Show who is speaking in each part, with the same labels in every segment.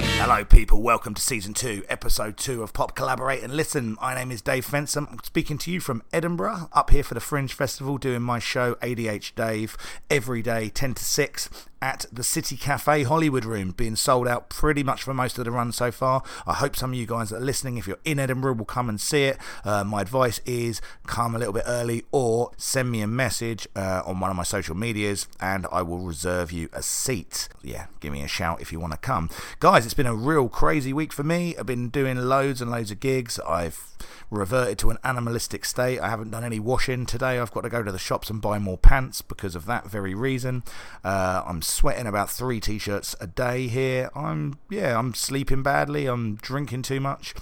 Speaker 1: Hello, people. Welcome to season two, episode two of Pop Collaborate and Listen. My name is Dave Fensom. I'm speaking to you from Edinburgh, up here for the Fringe Festival, doing my show ADH Dave every day, 10 to 6, at the City Cafe Hollywood Room, being sold out pretty much for most of the run so far. I hope some of you guys that are listening, if you're in Edinburgh, will come and see it. Uh, my advice is come a little bit early or send me a message uh, on one of my social medias and I will reserve you a seat. Yeah, give me a shout if you want to come. Guys, it's been a real crazy week for me. I've been doing loads and loads of gigs. I've reverted to an animalistic state. I haven't done any washing today. I've got to go to the shops and buy more pants because of that very reason. Uh, I'm sweating about three t-shirts a day here. I'm yeah, I'm sleeping badly. I'm drinking too much.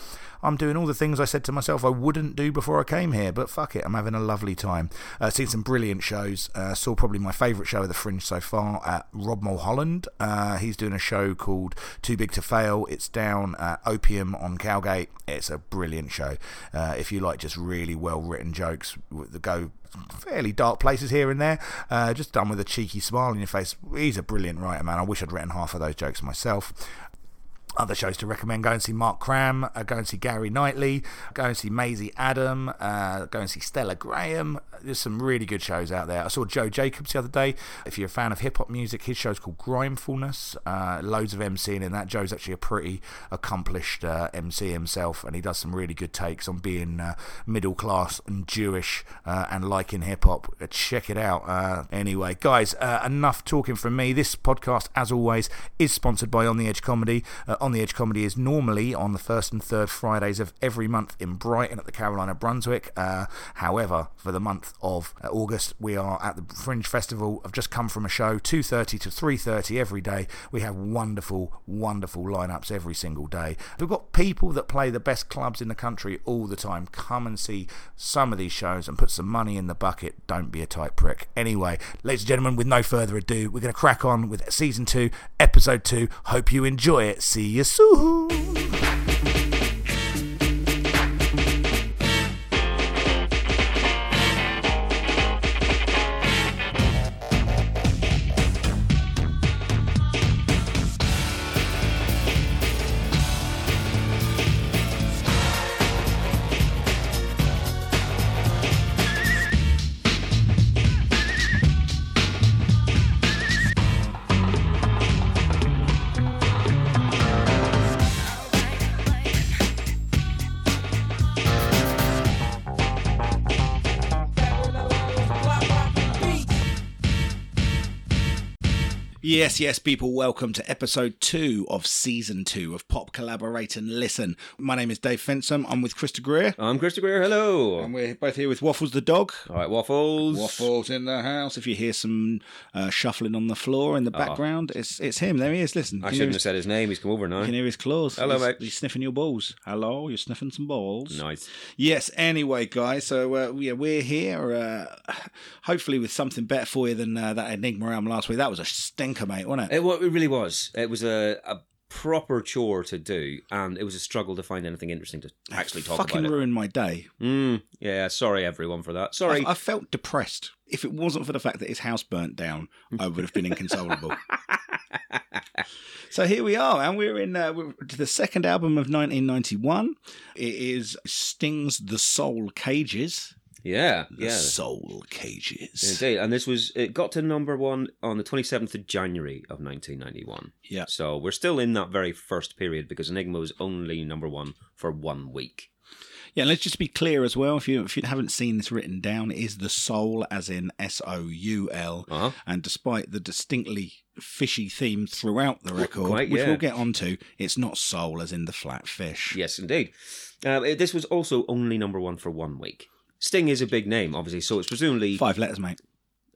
Speaker 1: I'm doing all the things I said to myself I wouldn't do before I came here, but fuck it, I'm having a lovely time. Uh, seen some brilliant shows. Uh, saw probably my favourite show of the Fringe so far at Rob Mulholland. Uh, he's doing a show called Too Big to Fail. It's down at Opium on Cowgate. It's a brilliant show. Uh, if you like just really well written jokes, w- go fairly dark places here and there, uh, just done with a cheeky smile on your face. He's a brilliant writer, man. I wish I'd written half of those jokes myself other shows to recommend go and see Mark Cram, uh, go and see Gary Knightley, go and see Maisie Adam, uh, go and see Stella Graham. There's some really good shows out there. I saw Joe Jacobs the other day. If you're a fan of hip hop music, his show's called Grimefulness. Uh, loads of MCing in that. Joe's actually a pretty accomplished uh, MC himself, and he does some really good takes on being uh, middle class and Jewish uh, and liking hip hop. Uh, Check it out. Uh, anyway, guys, uh, enough talking from me. This podcast, as always, is sponsored by On the Edge Comedy. Uh, on the Edge Comedy is normally on the first and third Fridays of every month in Brighton at the Carolina Brunswick. Uh, however, for the month of uh, August, we are at the Fringe Festival. I've just come from a show, 2.30 to 3.30 every day. We have wonderful, wonderful lineups every single day. We've got people that play the best clubs in the country all the time. Come and see some of these shows and put some money in the bucket. Don't be a tight prick. Anyway, ladies and gentlemen, with no further ado, we're going to crack on with season two, episode two. Hope you enjoy it. See you soon. Yes, yes, people, welcome to episode two of season two of Pop Collaborate and Listen. My name is Dave Fensom. I'm with Krista Greer.
Speaker 2: I'm Chris Greer. Hello.
Speaker 1: And we're both here with Waffles the dog.
Speaker 2: All right, waffles.
Speaker 1: Waffles in the house. If you hear some uh, shuffling on the floor in the background, it's it's him. There he is. Listen,
Speaker 2: Ah. I
Speaker 1: can you hear
Speaker 2: shouldn't
Speaker 1: his-
Speaker 2: have said his name. He's come over now.
Speaker 1: You can hear his claws.
Speaker 2: Hello,
Speaker 1: he's,
Speaker 2: mate.
Speaker 1: He's sniffing your balls. Hello, you're sniffing some balls.
Speaker 2: Nice.
Speaker 1: Yes. Anyway, guys, so uh, yeah, we're here. Uh, hopefully, with something better for you than uh, that enigma round last week. That was a stinker, mate, wasn't it?
Speaker 2: It, wa- it really was. It was a, a proper chore to do, and it was a struggle to find anything interesting to actually talk
Speaker 1: Fucking
Speaker 2: about. It.
Speaker 1: ruined my day.
Speaker 2: Mm, yeah, sorry everyone for that. Sorry.
Speaker 1: I, I felt depressed. If it wasn't for the fact that his house burnt down, I would have been inconsolable. so here we are, and we're in uh, we're to the second album of 1991. It is Sting's "The Soul Cages."
Speaker 2: yeah,
Speaker 1: The
Speaker 2: yeah.
Speaker 1: Soul Cages.
Speaker 2: Indeed, and this was it got to number one on the twenty seventh of January of nineteen ninety one.
Speaker 1: Yeah.
Speaker 2: So we're still in that very first period because Enigma was only number one for one week.
Speaker 1: Yeah, and let's just be clear as well. If you if you haven't seen this written down, it is the soul as in S O U L.
Speaker 2: Uh-huh.
Speaker 1: And despite the distinctly fishy theme throughout the record,
Speaker 2: quite,
Speaker 1: which
Speaker 2: yeah.
Speaker 1: we'll get onto, it's not soul as in the flat fish.
Speaker 2: Yes, indeed. Uh, this was also only number one for one week. Sting is a big name, obviously, so it's presumably.
Speaker 1: Five letters, mate.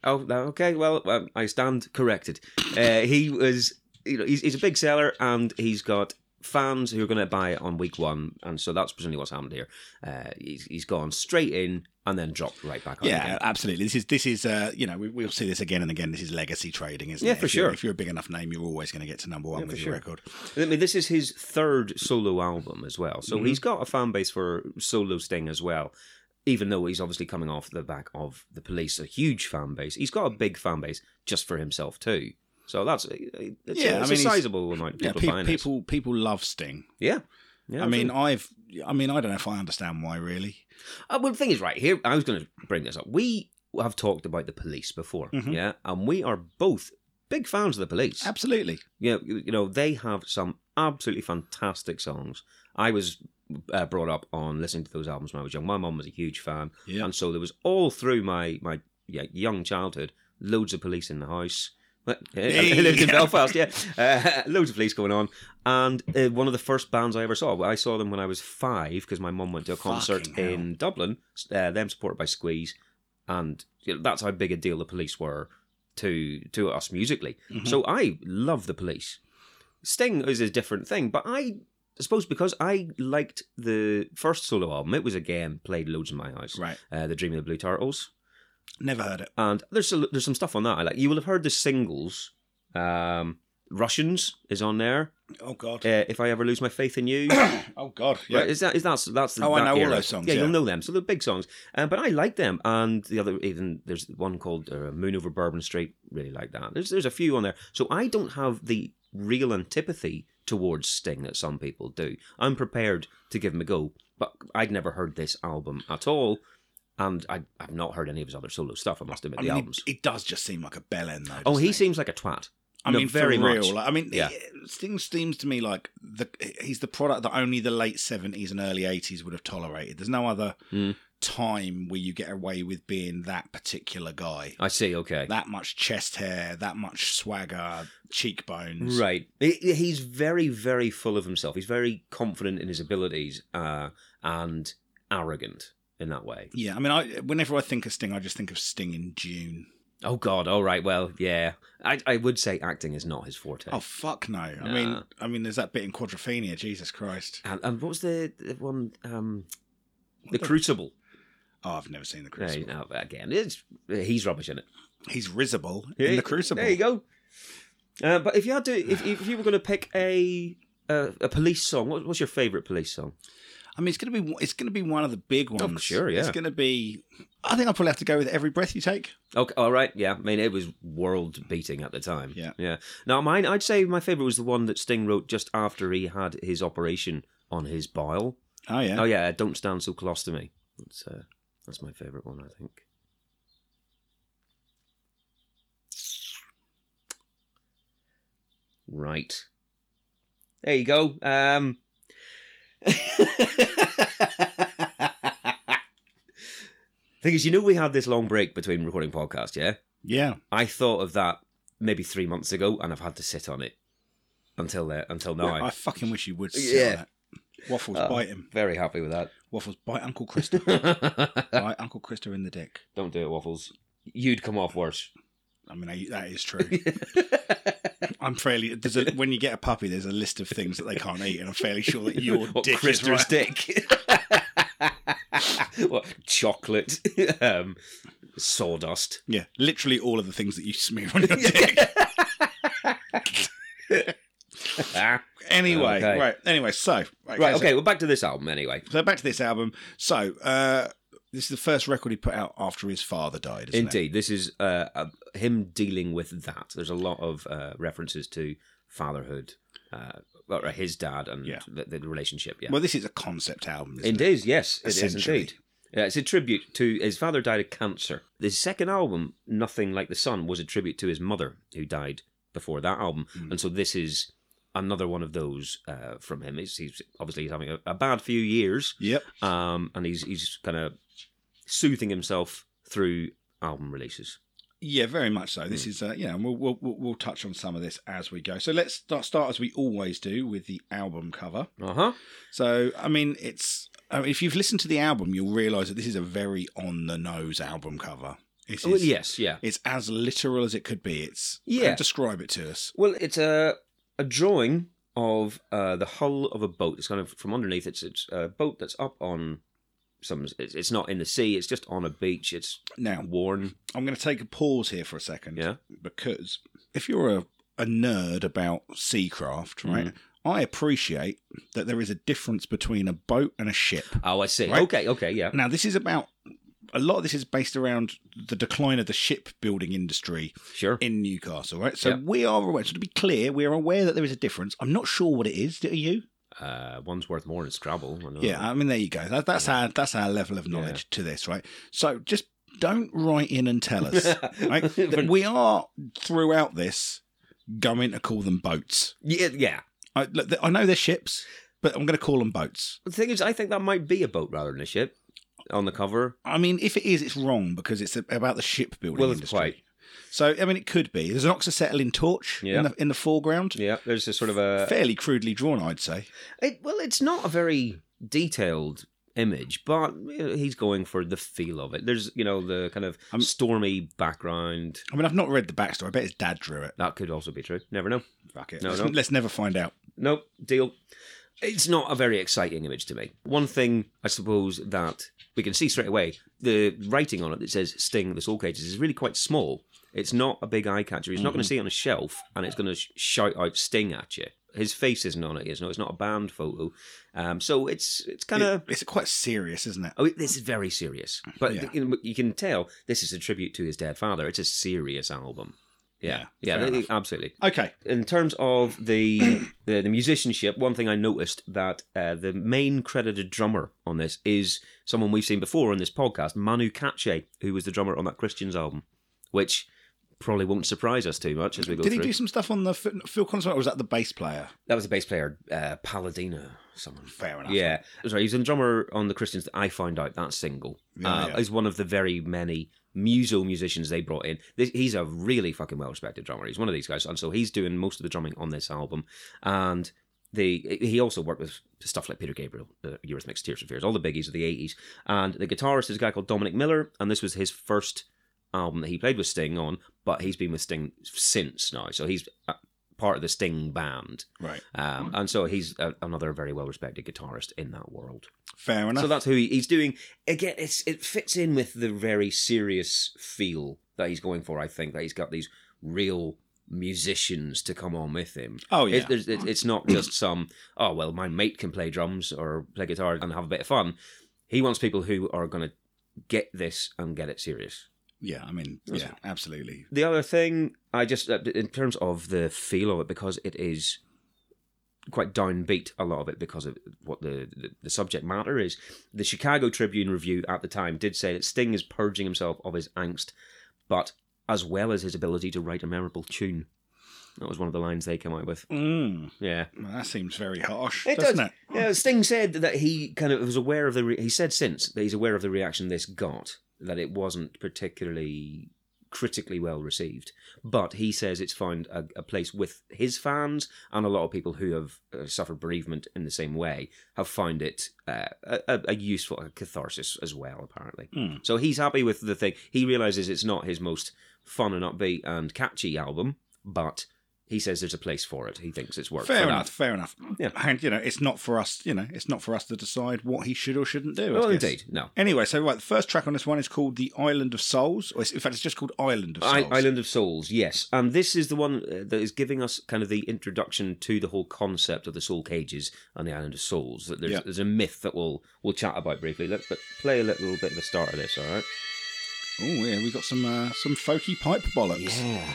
Speaker 2: Oh, no, okay. Well, um, I stand corrected. Uh, he was, you know, he's, he's a big seller, and he's got fans who are going to buy it on week one, and so that's presumably what's happened here. Uh, he's, he's gone straight in and then dropped right back on.
Speaker 3: Yeah,
Speaker 2: again.
Speaker 3: absolutely. This is this is uh, you know we, we'll see this again and again. This is legacy trading, isn't
Speaker 2: Yeah,
Speaker 3: it?
Speaker 2: for
Speaker 3: if you're-
Speaker 2: sure.
Speaker 3: If you're a big enough name, you're always going to get to number one
Speaker 2: Yeah,
Speaker 3: with
Speaker 2: for
Speaker 3: your
Speaker 2: sure.
Speaker 3: record.
Speaker 2: I mean, this is his third solo album as well, so
Speaker 3: Mm-hmm.
Speaker 2: he's got a fan base for solo Sting as well. Even though he's obviously coming off the back of the Police, a huge fan base, he's got a big fan base just for himself too. So that's uh, it's,
Speaker 3: Yeah, I
Speaker 2: yeah,
Speaker 3: mean,
Speaker 2: it's a
Speaker 3: he's-
Speaker 2: sizable amount of
Speaker 3: Yeah,
Speaker 2: people
Speaker 3: pe-
Speaker 2: buying this.
Speaker 3: people people love Sting.
Speaker 2: Yeah, yeah.
Speaker 3: I mean, I've I mean I don't know if I understand why really.
Speaker 2: Uh, well, the thing is, right here, I was going to bring this up. We have talked about the police before,
Speaker 3: Mhm.
Speaker 2: yeah, and we are both big fans of the police.
Speaker 3: Absolutely.
Speaker 2: you, know, you you know, they have some absolutely fantastic songs. I was uh, brought up on listening to those albums when I was young. My mum was a huge fan,
Speaker 3: Yeah.
Speaker 2: and so there was all through my my yeah, young childhood, loads of police in the house. Well, I lived in
Speaker 3: Yeah.
Speaker 2: Belfast, yeah. Uh, loads of police going on. And uh, one of the first bands I ever saw, I saw them when I was five because my mum went to a concert
Speaker 3: Fucking hell.
Speaker 2: in Dublin, uh, them supported by Squeeze. And you know, that's how big a deal the police were to to us musically. So I love the police. Sting is a different thing, but I suppose because I liked the first solo album, it was again played loads in my house.
Speaker 3: Right.
Speaker 2: Uh, the Dream of the Blue Turtles,
Speaker 3: Never heard it.
Speaker 2: and there's a, there's some stuff on that I like. You will have heard the singles. Um, Russians is on there.
Speaker 3: Oh God.
Speaker 2: Uh, if I ever lose my faith in you,
Speaker 3: Oh God. Yeah.
Speaker 2: Right, is that is that that's the,
Speaker 3: Oh, I
Speaker 2: that
Speaker 3: know all
Speaker 2: era.
Speaker 3: those songs,
Speaker 2: Yeah,
Speaker 3: yeah.
Speaker 2: you'll know them. So they're big songs, um, but I like them. And the other even there's one called uh, Moon Over Bourbon Street. Really like that. There's there's a few on there. So I don't have the real antipathy towards Sting that some people do. I'm prepared to give him a go, but I'd never heard this album at all, and I I've not heard any of his other solo stuff. I must admit
Speaker 3: I
Speaker 2: the
Speaker 3: mean,
Speaker 2: albums.
Speaker 3: it, it does just seem like a bell end though.
Speaker 2: oh,
Speaker 3: doesn't
Speaker 2: he
Speaker 3: it?
Speaker 2: seems like a twat.
Speaker 3: I
Speaker 2: No,
Speaker 3: mean,
Speaker 2: very
Speaker 3: very for real.
Speaker 2: much.
Speaker 3: Like, I mean,
Speaker 2: Yeah.
Speaker 3: Sting seems to me like the he's the product that only the late seventies and early eighties would have tolerated. There's no other
Speaker 2: Mm.
Speaker 3: time where you get away with being that particular guy.
Speaker 2: I see. Okay.
Speaker 3: That much chest hair, that much swagger, cheekbones.
Speaker 2: Right. He- he- He's very, very full of himself. He's very confident in his abilities uh, and arrogant in that way.
Speaker 3: Yeah, I mean, I whenever I think of Sting, I just think of Sting in June.
Speaker 2: Oh, God. All right. Well, yeah. I, I would say acting is not his forte.
Speaker 3: Oh fuck no! I
Speaker 2: Nah.
Speaker 3: mean, I mean, there's that bit in Quadrophenia. Jesus Christ!
Speaker 2: And, and what was the, the one? Um, the
Speaker 3: What
Speaker 2: Crucible.
Speaker 3: Oh, I've never seen the
Speaker 2: Yeah,
Speaker 3: Crucible.
Speaker 2: no, again, it's, he's rubbish in it.
Speaker 3: He's risible
Speaker 2: Yeah,
Speaker 3: in the Crucible.
Speaker 2: There you go. Uh, but if you had to, if, if you were going to pick a a, a police song, what, what's your favourite police song?
Speaker 3: I mean, it's gonna be it's gonna be one of the big ones.
Speaker 2: Oh, sure, yeah.
Speaker 3: It's gonna be. I think I'll probably have to go with every breath you take.
Speaker 2: Okay, all right, yeah. I mean, it was world beating at the time.
Speaker 3: Yeah.
Speaker 2: yeah. Now, mine, I'd say my favorite was the one that Sting wrote just after he had his operation on his bile.
Speaker 3: Oh yeah.
Speaker 2: Oh yeah, don't stand so close to me. That's uh, that's my favorite one, I think. Right. There you go. Um. Thing is, you know, we had this long break between recording podcast, yeah.
Speaker 3: Yeah.
Speaker 2: I thought of that maybe three months ago, and I've had to sit on it until uh, until now.
Speaker 3: I fucking wish you would. Sit
Speaker 2: Yeah.
Speaker 3: yeah. that. Waffles
Speaker 2: Oh.
Speaker 3: bite him.
Speaker 2: Very happy with that.
Speaker 3: Waffles bite Uncle Krista. bite Uncle Krista in the dick.
Speaker 2: Don't do it, waffles. You'd come off worse.
Speaker 3: I mean, I, that is true. I'm fairly. There's a, when you get a puppy, there's a list of things that they can't eat, and I'm fairly sure that your
Speaker 2: What,
Speaker 3: dick is
Speaker 2: Krista's
Speaker 3: right.
Speaker 2: dick. what chocolate? um, sawdust.
Speaker 3: Yeah, literally all of the things that you smear on your dick.
Speaker 2: Ah.
Speaker 3: Anyway,
Speaker 2: Okay.
Speaker 3: right. Anyway, so right.
Speaker 2: Right.
Speaker 3: so-
Speaker 2: Okay. Well, back to this album anyway.
Speaker 3: So back to this album. So uh, this is the first record he put out after his father died. Isn't It?
Speaker 2: Indeed, this is uh, uh, him dealing with that. There's a lot of uh, references to fatherhood, uh, or his dad, and
Speaker 3: Yeah.
Speaker 2: the, the relationship. Yeah.
Speaker 3: Well, this is a concept album. Isn't
Speaker 2: Indeed, yes, it is
Speaker 3: Essentially.
Speaker 2: indeed. Yeah, it's a tribute to his father died of cancer. His second album, Nothing Like the Sun, was a tribute to his mother who died before that album,
Speaker 3: Hmm.
Speaker 2: and so this is another one of those uh, from him. He's, he's obviously he's having a, a bad few years,
Speaker 3: It? Yep.
Speaker 2: um, and he's he's kind of soothing himself through album releases.
Speaker 3: Yeah, very much so.
Speaker 2: Hmm.
Speaker 3: This is, uh, yeah, and we'll, we'll we'll we'll touch on some of this as we go. So let's start, start as we always do with the album cover.
Speaker 2: Uh huh.
Speaker 3: So I mean, it's I mean, if you've listened to the album, you'll realise that this is a very on the nose album cover. It is,
Speaker 2: Well, yes, yeah.
Speaker 3: It's as literal as it could be. It's
Speaker 2: Yeah.
Speaker 3: Describe it to us.
Speaker 2: Well, it's a a drawing of uh, the hull of a boat. It's kind of from underneath. It's it's a boat that's up on some. It's, it's not in the sea. It's just on a beach. It's
Speaker 3: Now,
Speaker 2: worn.
Speaker 3: I'm going to take a pause here for a second.
Speaker 2: Yeah.
Speaker 3: Because if you're a, a nerd about seacraft, right, I appreciate that there is a difference between a boat and a ship.
Speaker 2: Oh, I see.
Speaker 3: Right.
Speaker 2: Okay, okay, yeah.
Speaker 3: Now, this is about a lot of this is based around the decline of the shipbuilding industry
Speaker 2: Sure.
Speaker 3: in Newcastle, right? So
Speaker 2: Yep.
Speaker 3: we are aware. So to be clear, we are aware that there is a difference. I'm not sure what it is. Are you?
Speaker 2: Uh, one's worth more than Scrabble. I know.
Speaker 3: Yeah, I mean, there you go. That, that's our that's our level of knowledge to this, right? So just don't write in and tell us. right? That we are throughout this going to call them boats.
Speaker 2: yeah, yeah.
Speaker 3: I, look, I know they're ships, but I'm going to call them boats.
Speaker 2: The thing is, I think that might be a boat rather than a ship on the cover.
Speaker 3: I mean, if it is, it's wrong because it's about the shipbuilding
Speaker 2: Well, it's
Speaker 3: industry.
Speaker 2: quite.
Speaker 3: So I mean, it could be. There's an oxyacetylene torch
Speaker 2: Yeah.
Speaker 3: in the in the foreground.
Speaker 2: Yeah, there's a sort of a.
Speaker 3: Fairly crudely drawn, I'd say.
Speaker 2: It, well, it's not a very detailed image, but you know, he's going for the feel of it. There's, you know, the kind of
Speaker 3: I'm-
Speaker 2: stormy background.
Speaker 3: I mean, I've not read the backstory. I bet his dad drew it.
Speaker 2: That could also be true. Never know.
Speaker 3: Fuck it.
Speaker 2: No,
Speaker 3: let's,
Speaker 2: no.
Speaker 3: let's never find out.
Speaker 2: Nope, deal. It's not a very exciting image to me. One thing, I suppose, that we can see straight away the writing on it that says Sting the Soul Cages is really quite small. It's not a big eye catcher. He's not going to see it on a shelf and it's going to sh- shout out Sting at you. His face isn't on it, you know, it's not a band photo. Um, so it's it's kind of.
Speaker 3: It- it's quite serious, isn't it?
Speaker 2: Oh, this is very serious. But
Speaker 3: Yeah.
Speaker 2: you, know, you can tell this is a tribute to his dead father. It's a serious album. Yeah,
Speaker 3: Yeah,
Speaker 2: yeah,
Speaker 3: fair
Speaker 2: they-
Speaker 3: enough.
Speaker 2: absolutely.
Speaker 3: Okay.
Speaker 2: In terms of the, the the musicianship, one thing I noticed that uh, the main credited drummer on this is someone we've seen before on this podcast, Manu Katché, who was the drummer on that Christians album, which probably won't surprise us too much as we go
Speaker 3: Did he
Speaker 2: through.
Speaker 3: do some stuff on the Phil Phil Collins, one, or was that the bass player?
Speaker 2: that was the bass player, uh, Paladino, someone.
Speaker 3: Fair enough.
Speaker 2: Yeah, sorry, he's a drummer on the Christians that I found out that single.
Speaker 3: Yeah,
Speaker 2: uh,
Speaker 3: yeah.
Speaker 2: He's one of the very many muso musicians they brought in. This, he's a really fucking well respected drummer. He's one of these guys, and so he's doing most of the drumming on this album. And the he also worked with stuff like Peter Gabriel, uh, Eurythmics, Tears for Fears, all the biggies of the eighties. And the guitarist is a guy called Dominic Miller, and this was his first album that he played with Sting on, but he's been with Sting since now, so he's. uh part of the Sting band.
Speaker 3: Right.
Speaker 2: Um, and so he's a, another very well respected guitarist in that world.
Speaker 3: Fair enough.
Speaker 2: So that's who he, he's doing. Again, it's, it fits in with the very serious feel that he's going for, I think, that he's got these real musicians to come on with him.
Speaker 3: oh yeah.
Speaker 2: It- there's- it- it's not just some, oh, well, my mate can play drums or play guitar and have a bit of fun. He wants people who are going to get this and get it serious.
Speaker 3: yeah. I mean,
Speaker 2: That's
Speaker 3: yeah. Absolutely.
Speaker 2: The other thing, I just uh, in terms of the feel of it, because it is quite downbeat a lot of it because of what the, the the subject matter is. The Chicago Tribune review at the time did say that Sting is purging himself of his angst, but as well as his ability to write a memorable tune. That was one of the lines they came out with.
Speaker 3: Mm,
Speaker 2: Yeah.
Speaker 3: well, that seems very harsh,
Speaker 2: It
Speaker 3: doesn't
Speaker 2: does.
Speaker 3: it?
Speaker 2: Yeah, Sting said that he kind of was aware of the. Re- he said since that he's aware of the reaction this got, that it wasn't particularly critically well received. But he says it's found a, a place with his fans and a lot of people who have uh, suffered bereavement in the same way have found it uh, a, a- a useful a catharsis as well. Apparently,
Speaker 3: Mm.
Speaker 2: so he's happy with the thing. He realizes it's not his most fun and upbeat and catchy album, but. He says there's a place for it. He thinks it's worth.
Speaker 3: Fair
Speaker 2: for
Speaker 3: enough.
Speaker 2: That.
Speaker 3: Fair enough.
Speaker 2: Yeah.
Speaker 3: And you know, it's not for us. You know, it's not for us to decide what he should or shouldn't do. I
Speaker 2: Well,
Speaker 3: guess.
Speaker 2: indeed, no.
Speaker 3: Anyway, so right, the first track on this one is called "The Island of Souls." Or it's, in fact, it's just called "Island of
Speaker 2: I-
Speaker 3: Souls."
Speaker 2: Island of Souls, yes. And this is the one uh, that is giving us kind of the introduction to the whole concept of the soul cages and the Island of Souls. That there's,
Speaker 3: Yeah.
Speaker 2: there's a myth that we'll we'll chat about briefly. Let's but play a little bit of the start of this, all right?
Speaker 3: Oh yeah, we got some uh, some folky pipe bollocks.
Speaker 2: Yeah.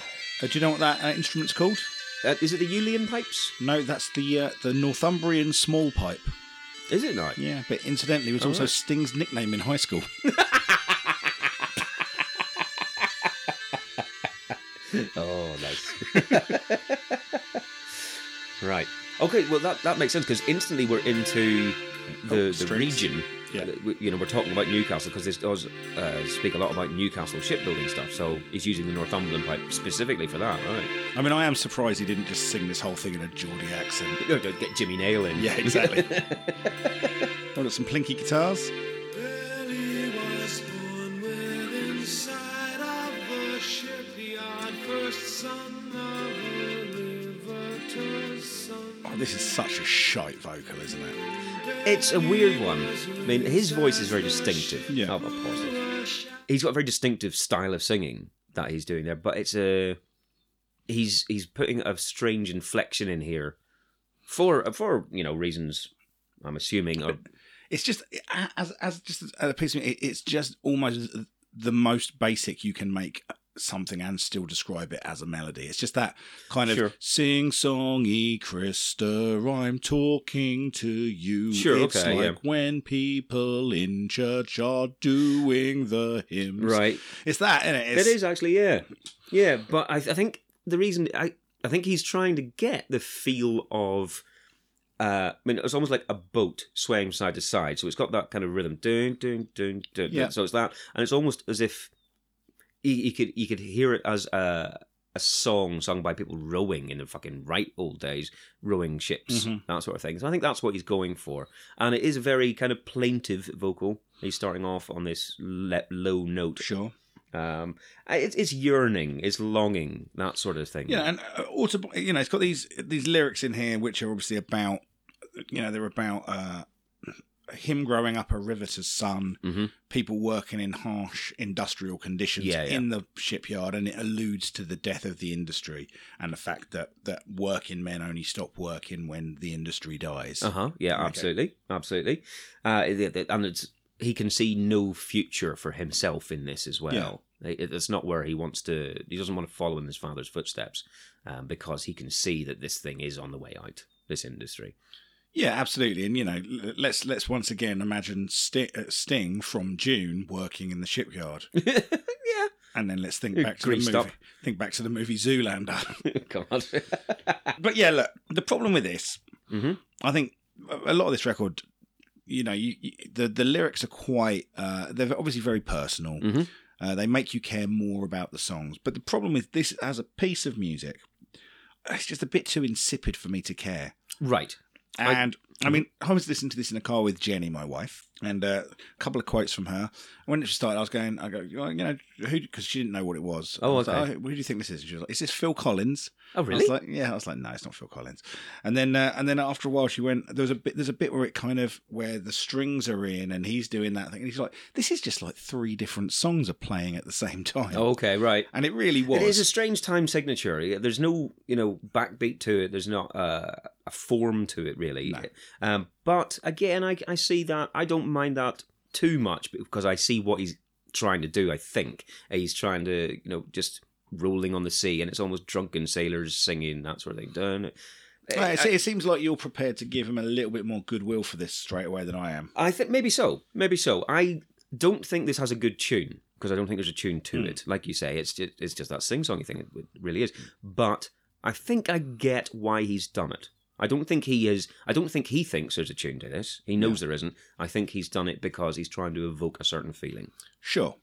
Speaker 3: Uh, do you know what that uh, instrument's called?
Speaker 2: Uh, is it the Yulian pipes?
Speaker 3: No, that's the uh, the Northumbrian small pipe.
Speaker 2: Is it not?
Speaker 3: Yeah, but incidentally, it was
Speaker 2: All
Speaker 3: also
Speaker 2: right.
Speaker 3: Sting's nickname in high school.
Speaker 2: Oh, nice. right. Okay. Well, that, that makes sense because instantly we're into
Speaker 3: Oh,
Speaker 2: the, the
Speaker 3: streets.
Speaker 2: region. uh,
Speaker 3: Yeah.
Speaker 2: We- You know, we're talking about Newcastle because this does uh, speak a lot about Newcastle shipbuilding stuff. So he's using the Northumberland pipe specifically for that, right?
Speaker 3: I mean, I am surprised he didn't just sing this whole thing in a Geordie accent.
Speaker 2: You know, Get Jimmy Nail in.
Speaker 3: Yeah, exactly. oh, look, some plinky guitars.
Speaker 4: Well, he was born with inside of the shipyard, first son of a riveter's son.
Speaker 3: Oh, this is such a shite vocal, isn't it?
Speaker 2: It's a weird one. I mean, his voice is very distinctive.
Speaker 3: Yeah.
Speaker 2: I'll- I'll pause it. He's got a very distinctive style of singing that he's doing there, but it's a he's he's putting a strange inflection in here for for you know reasons I'm assuming. Or,
Speaker 3: It's just as as just as a piece of it, it's just almost the most basic you can make something and still describe it as a melody. It's just that kind of
Speaker 2: Sure.
Speaker 3: sing songy Krista, I'm talking to you.
Speaker 2: Sure,
Speaker 3: it's
Speaker 2: okay,
Speaker 3: like when people in church are doing the hymns.
Speaker 2: right.
Speaker 3: It's that, isn't it? It's,
Speaker 2: It is actually, yeah, yeah. But I, I think the reason I, I think he's trying to get the feel of, uh, I mean, it's almost like a boat swaying from side to side. So it's got that kind of rhythm, doing, doing, doing, doing.
Speaker 3: Yeah.
Speaker 2: So it's that, and it's almost as if you, you could you could hear it as a a song sung by people rowing in the fucking right old days, rowing ships,
Speaker 3: Mhm.
Speaker 2: that sort of thing. So I think that's what he's going for, and it is a very kind of plaintive vocal. He's starting off on this le- low note.
Speaker 3: Sure.
Speaker 2: Um, I- it's, it's yearning, it's longing, that sort of thing.
Speaker 3: Yeah, and uh, autobi- you know, it's got these these lyrics in here which are obviously about you know, they're about uh him growing up a riveter's son,
Speaker 2: Mhm.
Speaker 3: people working in harsh industrial conditions
Speaker 2: Yeah, yeah.
Speaker 3: in the shipyard, and it alludes to the death of the industry and the fact that that working men only stop working when the industry dies.
Speaker 2: Uh huh. Yeah,
Speaker 3: Okay.
Speaker 2: absolutely, absolutely. Uh, it- it- and it's he can see no future for himself in this as well. It- It's not where he wants to. He doesn't want to follow in his father's footsteps um, because he can see that this thing is on the way out. This industry.
Speaker 3: Yeah, absolutely. And you know, l- let's let's once again imagine Sti- uh, Sting from June working in the shipyard,
Speaker 2: yeah.
Speaker 3: and then let's think
Speaker 2: You're
Speaker 3: back to the
Speaker 2: greased
Speaker 3: movie.
Speaker 2: up.
Speaker 3: Think back to the movie Zoolander.
Speaker 2: God.
Speaker 3: But yeah, look, the problem with this,
Speaker 2: Mhm.
Speaker 3: I think a- a lot of this record, you know, you, you, the the lyrics are quite, uh, they're obviously very personal.
Speaker 2: Mhm.
Speaker 3: Uh, they make you care more about the songs. But the problem with this as a piece of music, it's just a bit too insipid for me to care.
Speaker 2: right. I- Hmm.
Speaker 3: And I, mean, I was listening to this in a car with Jenny, my wife, and uh, a couple of quotes from her. When it started, I was going, I go, "Well, you know, who? Because she didn't know what it was.
Speaker 2: Oh,
Speaker 3: I was
Speaker 2: okay.
Speaker 3: Like, who do you think this is? And she was like, is this Phil Collins?
Speaker 2: Oh,
Speaker 3: I
Speaker 2: really?
Speaker 3: was like, yeah. I was like, no, it's not Phil Collins. And then, uh, and then after a while, she went. There was a bit. There's a bit where it kind of where the strings are in, and he's doing that thing. And he's like, this is just like three different songs are playing at the same time.
Speaker 2: oh, okay. Right.
Speaker 3: and it really was.
Speaker 2: It is a strange time signature. There's no, you know, backbeat to it. There's not uh, a form to it really.
Speaker 3: No.
Speaker 2: Um, but again, I, I see that. I don't mind that too much because I see what he's trying to do. I think Uh, he's trying to, you know, just rolling on the sea, and it's almost drunken sailors singing that sort of thing. Dun-
Speaker 3: Uh, it, it seems like you're prepared to give him a little bit more goodwill for this straight away than I am.
Speaker 2: I think maybe so. Maybe so. I don't think this has a good tune because I don't think there's a tune to
Speaker 3: Hmm.
Speaker 2: it. Like you say, it's just, it's just that sing songy thing. It it really is. But I think I get why he's done it. I don't think he is. I don't think he thinks there's a tune to this. He knows there isn't. I think he's done it because he's trying to evoke a certain feeling.
Speaker 3: Sure.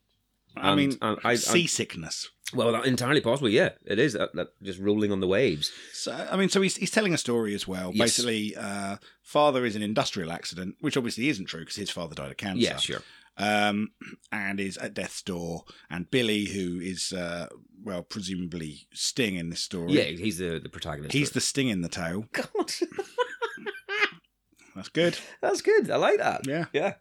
Speaker 3: I
Speaker 2: And-
Speaker 3: mean,
Speaker 2: and I- I-
Speaker 3: seasickness.
Speaker 2: Well, that entirely possible. Yeah, it is. That, that just rolling on the waves.
Speaker 3: So I mean, so he's he's telling a story as well.
Speaker 2: Yes.
Speaker 3: Basically, uh, father is an industrial accident, which obviously isn't true because his father died of cancer.
Speaker 2: Yeah, sure.
Speaker 3: um, and is at death's door. And Billy, who is, uh, well, presumably Sting in this story,
Speaker 2: Yeah, he's the the protagonist.
Speaker 3: he's the sting in the tail.
Speaker 2: God.
Speaker 3: That's good.
Speaker 2: That's good. I like that.
Speaker 3: Yeah,
Speaker 2: Yeah.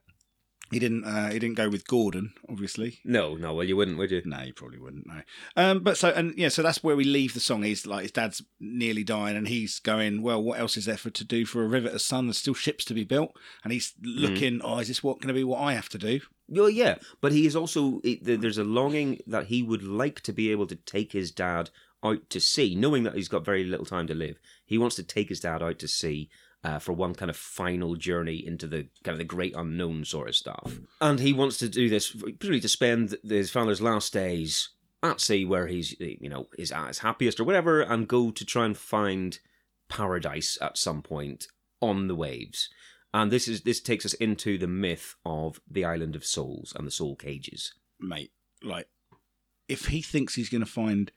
Speaker 3: he didn't. Uh, he didn't go with Gordon, obviously.
Speaker 2: No, no. Well, you wouldn't, would you?
Speaker 3: No, you probably wouldn't know. Um, but so and yeah, so that's where we leave the song. He's like his dad's nearly dying, and he's going, "Well, what else is there for to do for a riveter's son? There's still ships to be built." And he's looking, "Oh, is this what going to be what I have to do?"
Speaker 2: Well, yeah, but he is also it- there- there's a longing that he would like to be able to take his dad out to sea, knowing that he's got very little time to live. He wants to take his dad out to sea uh, for one kind of final journey into the kind of the great unknown sort of stuff, and he wants to do this purely to spend his father's last days at sea, where he's you know is at his happiest or whatever, and go to try and find paradise at some point on the waves and this is this takes us into the myth of the island of souls and the soul cages.
Speaker 3: mate, like, if he thinks he's going to find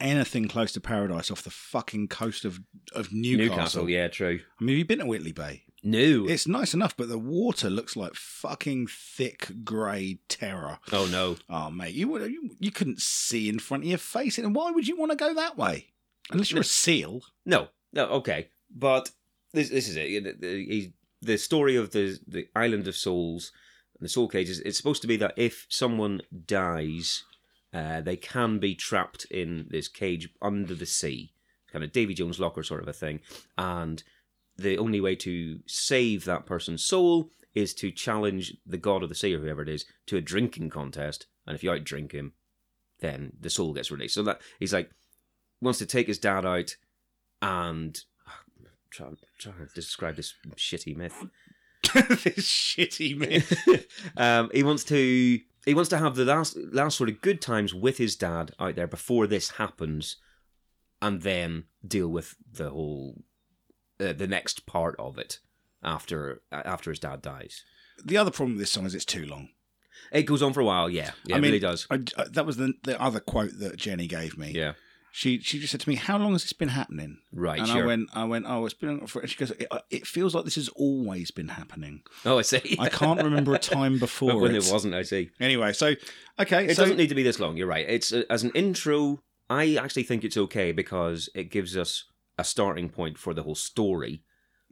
Speaker 3: anything close to paradise off the fucking coast of, of Newcastle,
Speaker 2: yeah, true.
Speaker 3: I mean, have you been to Whitley Bay?
Speaker 2: No,
Speaker 3: It's nice enough, but the water looks like fucking thick grey terror.
Speaker 2: oh no,
Speaker 3: Oh, mate, you, would- you you couldn't see in front of your face, and why would you want to go that way? Unless you're a seal.
Speaker 2: no, no. Okay, but this this is it. You know, the- he- the story of the the island of souls and the soul cages. It's supposed to be that if someone dies, uh, they can be trapped in this cage under the sea, kind of Davy Jones locker sort of a thing, and the only way to save that person's soul is to challenge the god of the sea or whoever it is to a drinking contest, and if you outdrink him, then the soul gets released. So that he's like wants to take his dad out and oh, try, try to describe this shitty myth.
Speaker 3: this shitty myth.
Speaker 2: um, he wants to he wants to have the last last sort of good times with his dad out there before this happens, and then deal with the whole uh, the next part of it after after his dad dies.
Speaker 3: The other problem with this song is it's too long.
Speaker 2: It goes on for a while, yeah, yeah,
Speaker 3: I
Speaker 2: it
Speaker 3: mean,
Speaker 2: really does,
Speaker 3: I, I- that was the, the other quote that Jenny gave me.
Speaker 2: yeah,
Speaker 3: She she just said to me, "How long has this been happening?"
Speaker 2: right,
Speaker 3: and
Speaker 2: sure.
Speaker 3: I went, I went, oh, it's been. on for-" And she goes, it, it feels like this has always been happening.
Speaker 2: oh, I see.
Speaker 3: I can't remember a time before
Speaker 2: when
Speaker 3: it.
Speaker 2: it wasn't. I see.
Speaker 3: Anyway, so okay,
Speaker 2: It
Speaker 3: so
Speaker 2: doesn't need to be this long. You're right. It's uh, as an intro. I actually think it's okay because it gives us a starting point for the whole story.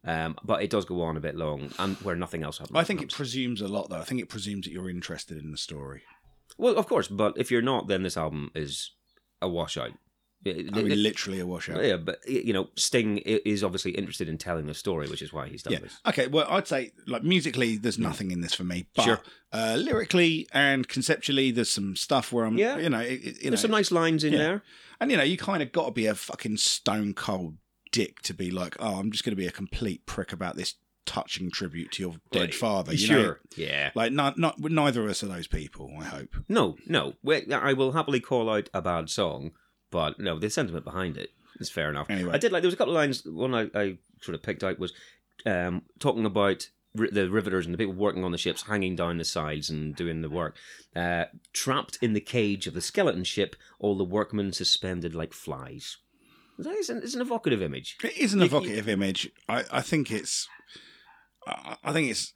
Speaker 2: Um, but it does go on a bit long, and where nothing else happens.
Speaker 3: I think it
Speaker 2: happens.
Speaker 3: presumes a lot, though. I think it presumes that you're interested in the story.
Speaker 2: well, of course, but if you're not, then this album is a washout. It-
Speaker 3: I
Speaker 2: it-
Speaker 3: mean, literally a washout.
Speaker 2: yeah, but y- you know, Sting i- is obviously interested in telling the story, which is why he's done
Speaker 3: Yeah.
Speaker 2: this.
Speaker 3: Okay. Well, I'd say like musically, there's nothing in this for me, but
Speaker 2: Sure.
Speaker 3: uh, lyrically and conceptually, there's some stuff where I'm,
Speaker 2: Yeah.
Speaker 3: you know, it, it- you know,
Speaker 2: There's some nice lines in
Speaker 3: yeah.
Speaker 2: there.
Speaker 3: and you know, you kind of got to be a fucking stone cold dick to be like, oh, I'm just going to be a complete prick about this touching tribute to your dead
Speaker 2: Like,
Speaker 3: father. You
Speaker 2: sure.
Speaker 3: Know?
Speaker 2: Yeah.
Speaker 3: Like, not, not neither of us are those people. I hope.
Speaker 2: No, no. Wait, I will happily call out a bad song, but no, the sentiment behind it is fair enough.
Speaker 3: Anyway.
Speaker 2: I did like there was a couple of lines. One I, I sort of picked out was um, talking about ri the riveters and the people working on the ships, hanging down the sides and doing the work. Uh, trapped in the cage of the skeleton ship, all the workmen suspended like flies. That is an, it's an evocative image.
Speaker 3: It is an
Speaker 2: You-
Speaker 3: evocative image. I, I think it's, I, I think it's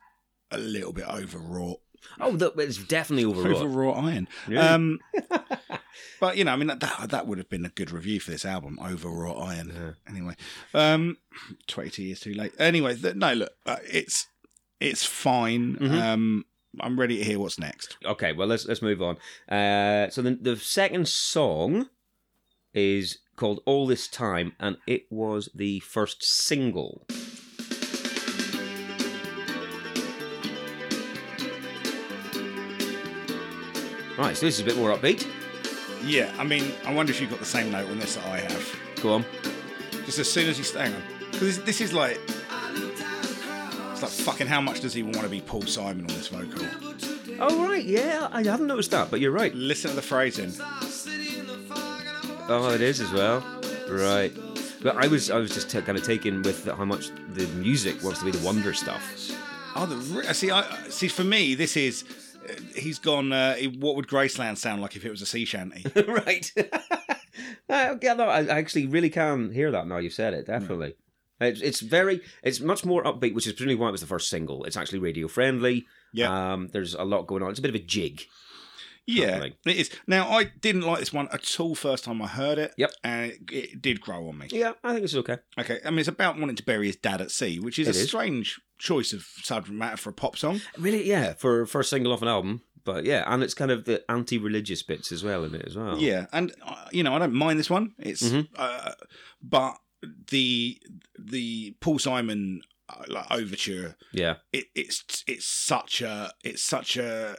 Speaker 3: a little bit overwrought.
Speaker 2: Oh, that it's definitely overwrought.
Speaker 3: Overwrought iron.
Speaker 2: Yeah.
Speaker 3: Um, but you know, I mean, that, that that would have been a good review for this album, Overwrought Iron.
Speaker 2: Yeah.
Speaker 3: Anyway, um, twenty-two years too late. Anyway, th- no, look, uh, it's it's fine.
Speaker 2: Mhm.
Speaker 3: Um, I'm ready to hear what's next.
Speaker 2: okay well let's let's move on uh so then the second song is called all this time and it was the first single right so this is a bit more upbeat
Speaker 3: Yeah, I mean, I wonder if you've got the same note on this that I have.
Speaker 2: go on
Speaker 3: Just as soon as he's hang on, because this, this is like. It's like fucking how much does he want to be Paul Simon on this vocal?
Speaker 2: oh right yeah i hadn't noticed that but you're right
Speaker 3: Listen to the phrasing.
Speaker 2: oh it is as well right but i was i was just kind of taken with how much the music wants to be the wonder stuff
Speaker 3: Oh, the re- see, I see. For me, this is uh, he's gone. Uh, what would Graceland sound like if it was a sea shanty?
Speaker 2: right. I don't get that. I I actually really can hear that now you've said it, definitely. It's, it's very, it's much more upbeat, which is presumably why it was the first single. It's actually radio friendly.
Speaker 3: Yeah.
Speaker 2: Um, there's a lot going on. It's a bit of a jig.
Speaker 3: yeah,
Speaker 2: Totally.
Speaker 3: it is. Now, I didn't like this one at all first time I heard it.
Speaker 2: Yep.
Speaker 3: and it, it did grow on me.
Speaker 2: Yeah, I think it's okay.
Speaker 3: Okay, I mean, it's about wanting to bury his dad at sea, which is
Speaker 2: It
Speaker 3: a
Speaker 2: is.
Speaker 3: strange choice of subject matter for a pop song.
Speaker 2: Really, yeah, for first single off an album. But yeah, and it's kind of the anti religious bits as well in it as well.
Speaker 3: Yeah, and uh, you know, I don't mind this one. It's
Speaker 2: Mhm.
Speaker 3: uh, but the the Paul Simon uh, like overture
Speaker 2: Yeah.
Speaker 3: it, it's it's such a it's such a,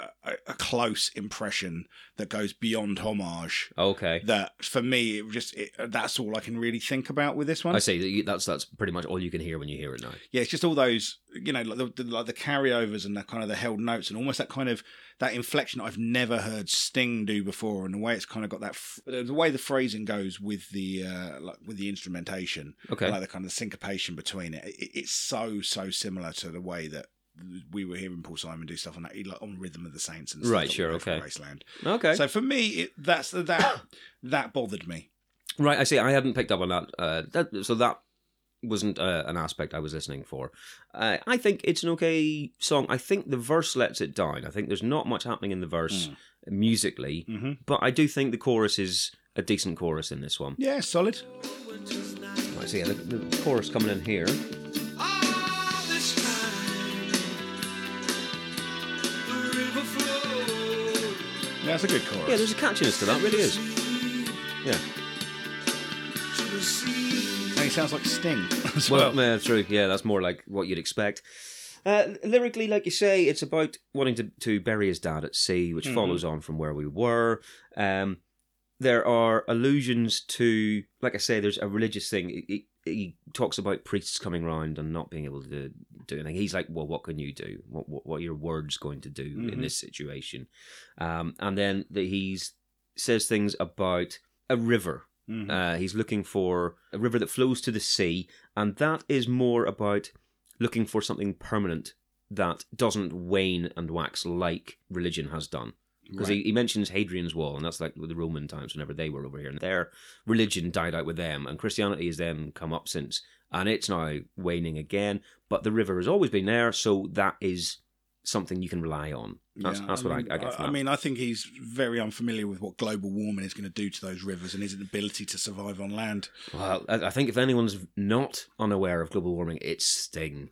Speaker 3: a a close impression that goes beyond homage
Speaker 2: Okay.
Speaker 3: that for me it just it, that's all I can really think about with this one.
Speaker 2: I see. that you- That's that's pretty much all you can hear when you hear it now.
Speaker 3: Yeah, it's just all those you know like the, the, like the carryovers and the kind of the held notes and almost that kind of that inflection that I've never heard Sting do before and the way it's kind of got that f- the way the phrasing goes with the uh, like with the instrumentation
Speaker 2: Okay.
Speaker 3: like the kind of syncopation between it. it. It's so so similar to the way that we were hearing Paul Simon do stuff on that, like on Rhythm of the Saints and stuff
Speaker 2: Right,
Speaker 3: that we
Speaker 2: sure,
Speaker 3: know from
Speaker 2: okay.
Speaker 3: Graceland.
Speaker 2: okay.
Speaker 3: So for me, it, that's that that bothered me.
Speaker 2: Right, I see. I hadn't picked up on that. Uh, that so that wasn't uh, an aspect I was listening for. Uh, I think it's an okay song. I think the verse lets it down. I think there's not much happening in the verse musically,
Speaker 3: Mhm.
Speaker 2: but I do think the chorus is a decent chorus in this one.
Speaker 3: Yeah, solid.
Speaker 2: Right, so yeah, the, the chorus coming in here.
Speaker 4: All this time, the river flowed.
Speaker 3: Yeah, that's a good chorus.
Speaker 2: Yeah, there's a catchiness to that, really is. Yeah.
Speaker 3: and he sounds like Sting as well.
Speaker 2: Well, yeah, true. Yeah, that's more like what you'd expect. Uh, lyrically, like you say, it's about wanting to, to bury his dad at sea, which follows on from where we were. Um, there are allusions to, like I say, there's a religious thing. He, he- he talks about priests coming round and not being able to do anything. He's like, well, what can you do? What what, what are your words going to do in
Speaker 3: Mhm.
Speaker 2: this situation? Um, and then the, he's says things about a river
Speaker 3: Mhm.
Speaker 2: uh, he's looking for a river that flows to the sea, and that is more about looking for something permanent that doesn't wane and wax like religion has done. Because he, he mentions Hadrian's Wall, and that's like the Roman times whenever they were over here, and their religion died out with them, and Christianity has then come up since, and it's now waning again. But the river has always been there, so that is something you can rely on. That's,
Speaker 3: Yeah,
Speaker 2: that's what
Speaker 3: mean,
Speaker 2: I, I get from
Speaker 3: I
Speaker 2: that.
Speaker 3: mean, I think he's very unfamiliar with what global warming is going to do to those rivers and his ability to survive on land.
Speaker 2: well, I, I think if anyone's not unaware of global warming, it's Sting.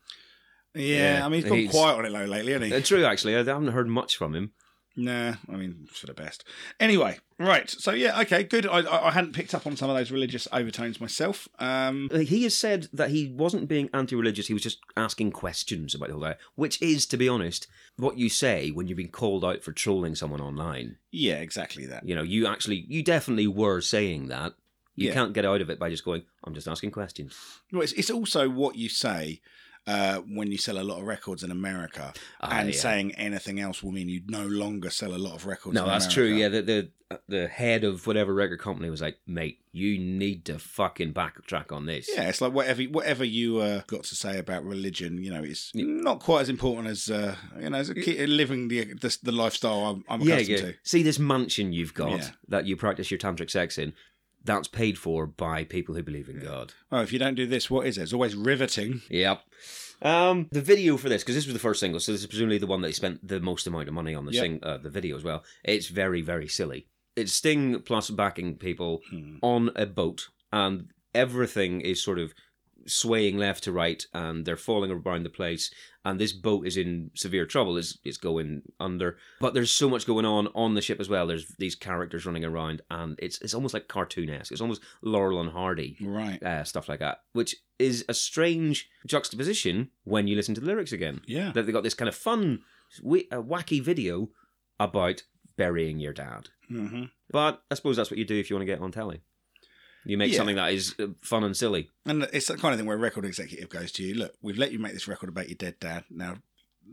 Speaker 3: Yeah,
Speaker 2: Yeah,
Speaker 3: I mean, he's gone
Speaker 2: he's-
Speaker 3: quiet on it though lately, hasn't he?
Speaker 2: Uh, true, actually. I haven't heard much from him.
Speaker 3: Nah, I mean, it's for the best. Anyway, right. So yeah, okay, good. I- I, I hadn't picked up on some of those religious overtones myself. Um,
Speaker 2: Uh, He has said that he wasn't being anti religious, he was just asking questions about the whole thing, which is, to be honest, what you say when you've been called out for trolling someone online.
Speaker 3: yeah, exactly that.
Speaker 2: You know, you actually, you definitely were saying that. You
Speaker 3: Yeah.
Speaker 2: can't get out of it by just going, I'm just asking questions.
Speaker 3: Well, it's, it's also what you say uh, when you sell a lot of records in America,
Speaker 2: Ah,
Speaker 3: and
Speaker 2: yeah.
Speaker 3: saying anything else will mean you no longer sell a lot of records.
Speaker 2: No,
Speaker 3: in
Speaker 2: that's
Speaker 3: America.
Speaker 2: true. Yeah, the, the the head of whatever record company was like, mate, you need to fucking backtrack on this.
Speaker 3: Yeah, it's like whatever whatever you uh, got to say about religion, you know, it's not quite as important as uh, you know, as a kid, living the, the the lifestyle I'm, I'm
Speaker 2: yeah,
Speaker 3: accustomed
Speaker 2: yeah.
Speaker 3: to.
Speaker 2: See this mansion you've got
Speaker 3: Yeah.
Speaker 2: that you practice your tantric sex in. That's paid for by people who believe in God.
Speaker 3: Oh, if you don't do this, what is it? It's always riveting.
Speaker 2: Yep. Um, the video for this, because this was the first single, so this is presumably the one that he spent the most amount of money on the
Speaker 3: Yep.
Speaker 2: sing- uh, the video as well. It's very very silly. It's Sting plus backing people on a boat, and everything is sort of swaying left to right, and they're falling around the place. And this boat is in severe trouble; it's, it's going under. But there's so much going on on the ship as well. There's these characters running around, and it's it's almost like cartoonesque. It's almost Laurel and Hardy
Speaker 3: Right.
Speaker 2: uh, stuff like that, which is a strange juxtaposition when you listen to the lyrics again.
Speaker 3: Yeah.
Speaker 2: That they got this kind of fun, wi- uh, wacky video about burying your dad.
Speaker 3: hmm
Speaker 2: But I suppose that's what you do if you want to get on telly. You make
Speaker 3: Yeah.
Speaker 2: something that is uh, fun and silly.
Speaker 3: And it's that kind of thing where a record executive goes to you, look, we've let you make this record about your dead dad. Now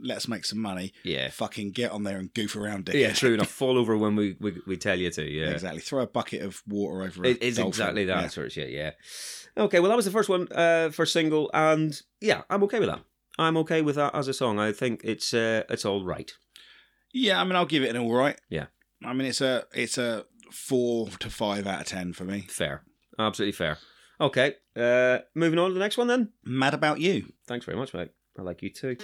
Speaker 3: let's make some money.
Speaker 2: Yeah.
Speaker 3: Fucking get on there and goof around, dickhead.
Speaker 2: Yeah, true enough. Fall over when we, we, we tell you to. Yeah.
Speaker 3: Exactly. Throw a bucket of water over
Speaker 2: It
Speaker 3: a
Speaker 2: is
Speaker 3: dolphin.
Speaker 2: exactly that
Speaker 3: Yeah.
Speaker 2: sort of shit, yeah. Okay, well, that was the first one, uh, first single, and yeah, I'm okay with that. I'm okay with that as a song. I think it's uh, it's all right.
Speaker 3: Yeah, I mean, I'll give it an all right.
Speaker 2: Yeah.
Speaker 3: I mean, it's a it's a four to five out of ten for me.
Speaker 2: Fair. Absolutely fair. Okay. Uh, moving on to the next one then.
Speaker 3: Mad about you.
Speaker 2: Thanks very much, mate. I like you too.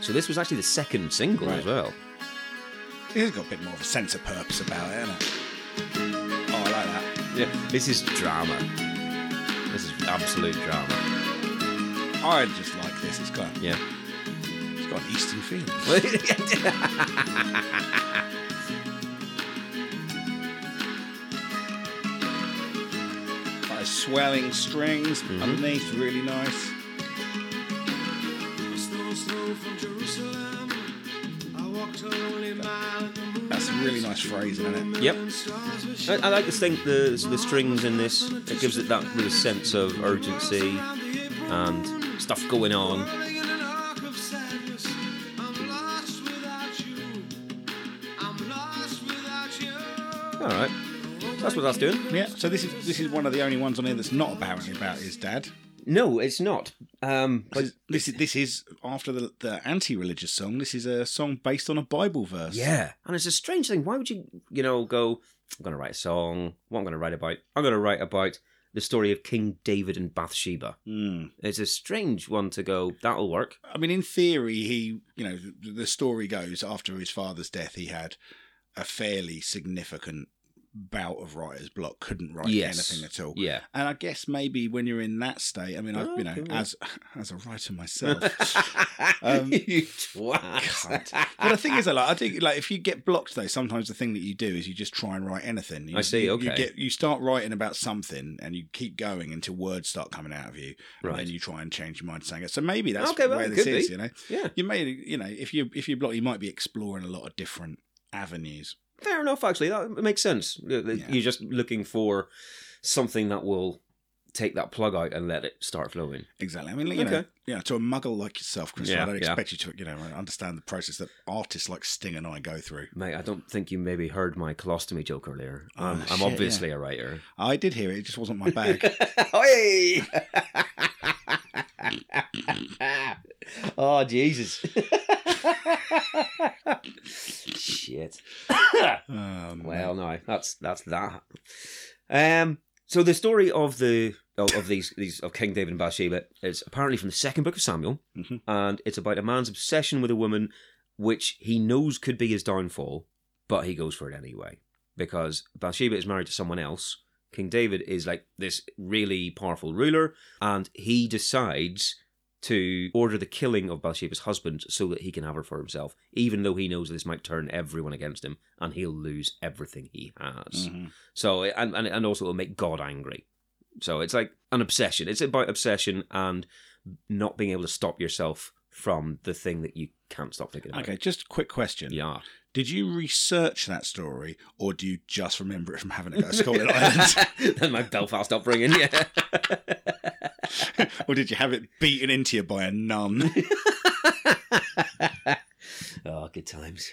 Speaker 2: So this was actually the second single as
Speaker 3: Right.
Speaker 2: well.
Speaker 3: It's got a bit more of a sense of purpose about it, hasn't it? Oh, I like that.
Speaker 2: Yeah. This is drama. This is absolute drama.
Speaker 3: I just like this. It's got
Speaker 2: Yeah.
Speaker 3: it's got an eastern feel. Like swelling strings underneath, really nice.
Speaker 4: It was no snow from Jerusalem. I walked a lonely mile in the moon.
Speaker 3: That's some really nice phrasing, isn't it?
Speaker 2: yep.
Speaker 4: and stars were
Speaker 2: I, I like the, thing, the the strings in this. It gives it that real sense of urgency and stuff going on.
Speaker 4: shining in an arc of sadness. I'm lost without you. I'm lost without you.
Speaker 2: All right. That's what that's doing.
Speaker 3: Yeah. So this is this is one of the only ones on here that's not apparently about his dad.
Speaker 2: No, it's not. Um, but
Speaker 3: But this is this is after the the anti-religious song. This is a song based on a Bible verse.
Speaker 2: yeah, and it's a strange thing. Why would you, you know, go? I'm going to write a song. What I'm going to write about? I'm going to write about the story of King David and Bathsheba.
Speaker 3: Hmm.
Speaker 2: It's a strange one to go. That'll work.
Speaker 3: I mean, in theory, he, you know, the, the story goes after his father's death, he had a fairly significant bout of writer's block, couldn't write
Speaker 2: Yes.
Speaker 3: anything at all.
Speaker 2: Yeah.
Speaker 3: And I guess maybe when you're in that state, I mean, I, you know,
Speaker 2: Okay.
Speaker 3: as as a writer myself, Um,
Speaker 2: you twat.
Speaker 3: can't. but the thing is, I like I think like if you get blocked though, sometimes the thing that you do is you just try and write anything. You,
Speaker 2: I see,
Speaker 3: You,
Speaker 2: okay.
Speaker 3: you get you start writing about something and you keep going until words start coming out of you,
Speaker 2: Right.
Speaker 3: And then you try and change your mind saying it. So maybe that's
Speaker 2: Okay, well,
Speaker 3: where
Speaker 2: it
Speaker 3: this
Speaker 2: could
Speaker 3: is.
Speaker 2: be.
Speaker 3: You know,
Speaker 2: Yeah.
Speaker 3: you may you know if you if you're blocked, you might be exploring a lot of different avenues.
Speaker 2: Fair enough, actually. That makes sense. That- that
Speaker 3: Yeah.
Speaker 2: You're just looking for something that will take that plug out and let it start flowing.
Speaker 3: Exactly. I mean, you know,
Speaker 2: Okay.
Speaker 3: you know, to a muggle like yourself, Chris,
Speaker 2: Yeah,
Speaker 3: I don't
Speaker 2: yeah.
Speaker 3: expect you to, you know, understand the process that artists like Sting and I go through.
Speaker 2: Mate, I don't think you maybe heard my colostomy joke earlier.
Speaker 3: Oh,
Speaker 2: I'm, I'm
Speaker 3: shit,
Speaker 2: obviously a writer.
Speaker 3: I did hear it; it just wasn't my bag.
Speaker 2: Oi! oh, Jesus. Shit.
Speaker 3: Um,
Speaker 2: Well, no, that's that's that. Um, so the story of the of, of these these of King David and Bathsheba is apparently from the second book of Samuel, Mm-hmm.
Speaker 3: Mhm.
Speaker 2: and it's about a man's obsession with a woman, which he knows could be his downfall, but he goes for it anyway because Bathsheba is married to someone else. King David is like this really powerful ruler, and he decides to order the killing of Bathsheba's husband so that he can have her for himself, even though he knows this might turn everyone against him and he'll lose everything he has.
Speaker 3: mhm.
Speaker 2: So, and, and, and also it'll make God angry. So it's like an obsession. It's about obsession and not being able to stop yourself from the thing that you can't stop thinking about.
Speaker 3: Okay, just a quick question.
Speaker 2: Yeah.
Speaker 3: Did you research that story, or do you just remember it from having to go to school in Ireland,
Speaker 2: That's my Belfast upbringing, yeah.
Speaker 3: or did you have it beaten into you by a nun?
Speaker 2: oh, good times.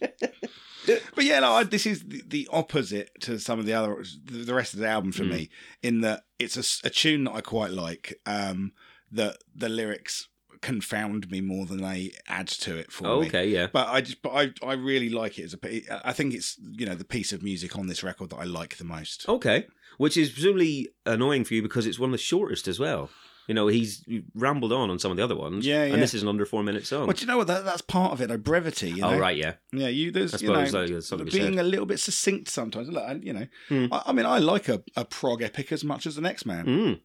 Speaker 3: but yeah, no, I, this is the, the opposite to some of the other, the the rest of the album for
Speaker 2: Mm.
Speaker 3: me, in that it's a s- a, tune that I quite like. Um, that the lyrics confound me more than they add to it for
Speaker 2: Oh,
Speaker 3: me.
Speaker 2: okay, yeah.
Speaker 3: But I just, but I, I really like it as a. p- I think it's you know the piece of music on this record that I like the most.
Speaker 2: Okay, which is presumably annoying for you because it's one of the shortest as well. You know, he's rambled on on some of the other ones.
Speaker 3: Yeah, yeah.
Speaker 2: And this is an under four minute song.
Speaker 3: Well, do you know what? That, that's part of it. though, brevity. You know?
Speaker 2: Oh, right, yeah.
Speaker 3: Yeah, you. There's,
Speaker 2: I
Speaker 3: you know,
Speaker 2: suppose uh, there's something to be
Speaker 3: being
Speaker 2: said.
Speaker 3: a little bit succinct sometimes. Look, I, you know,
Speaker 2: Hmm.
Speaker 3: I, I mean, I like a, a prog epic as much as the next man,
Speaker 2: Mm,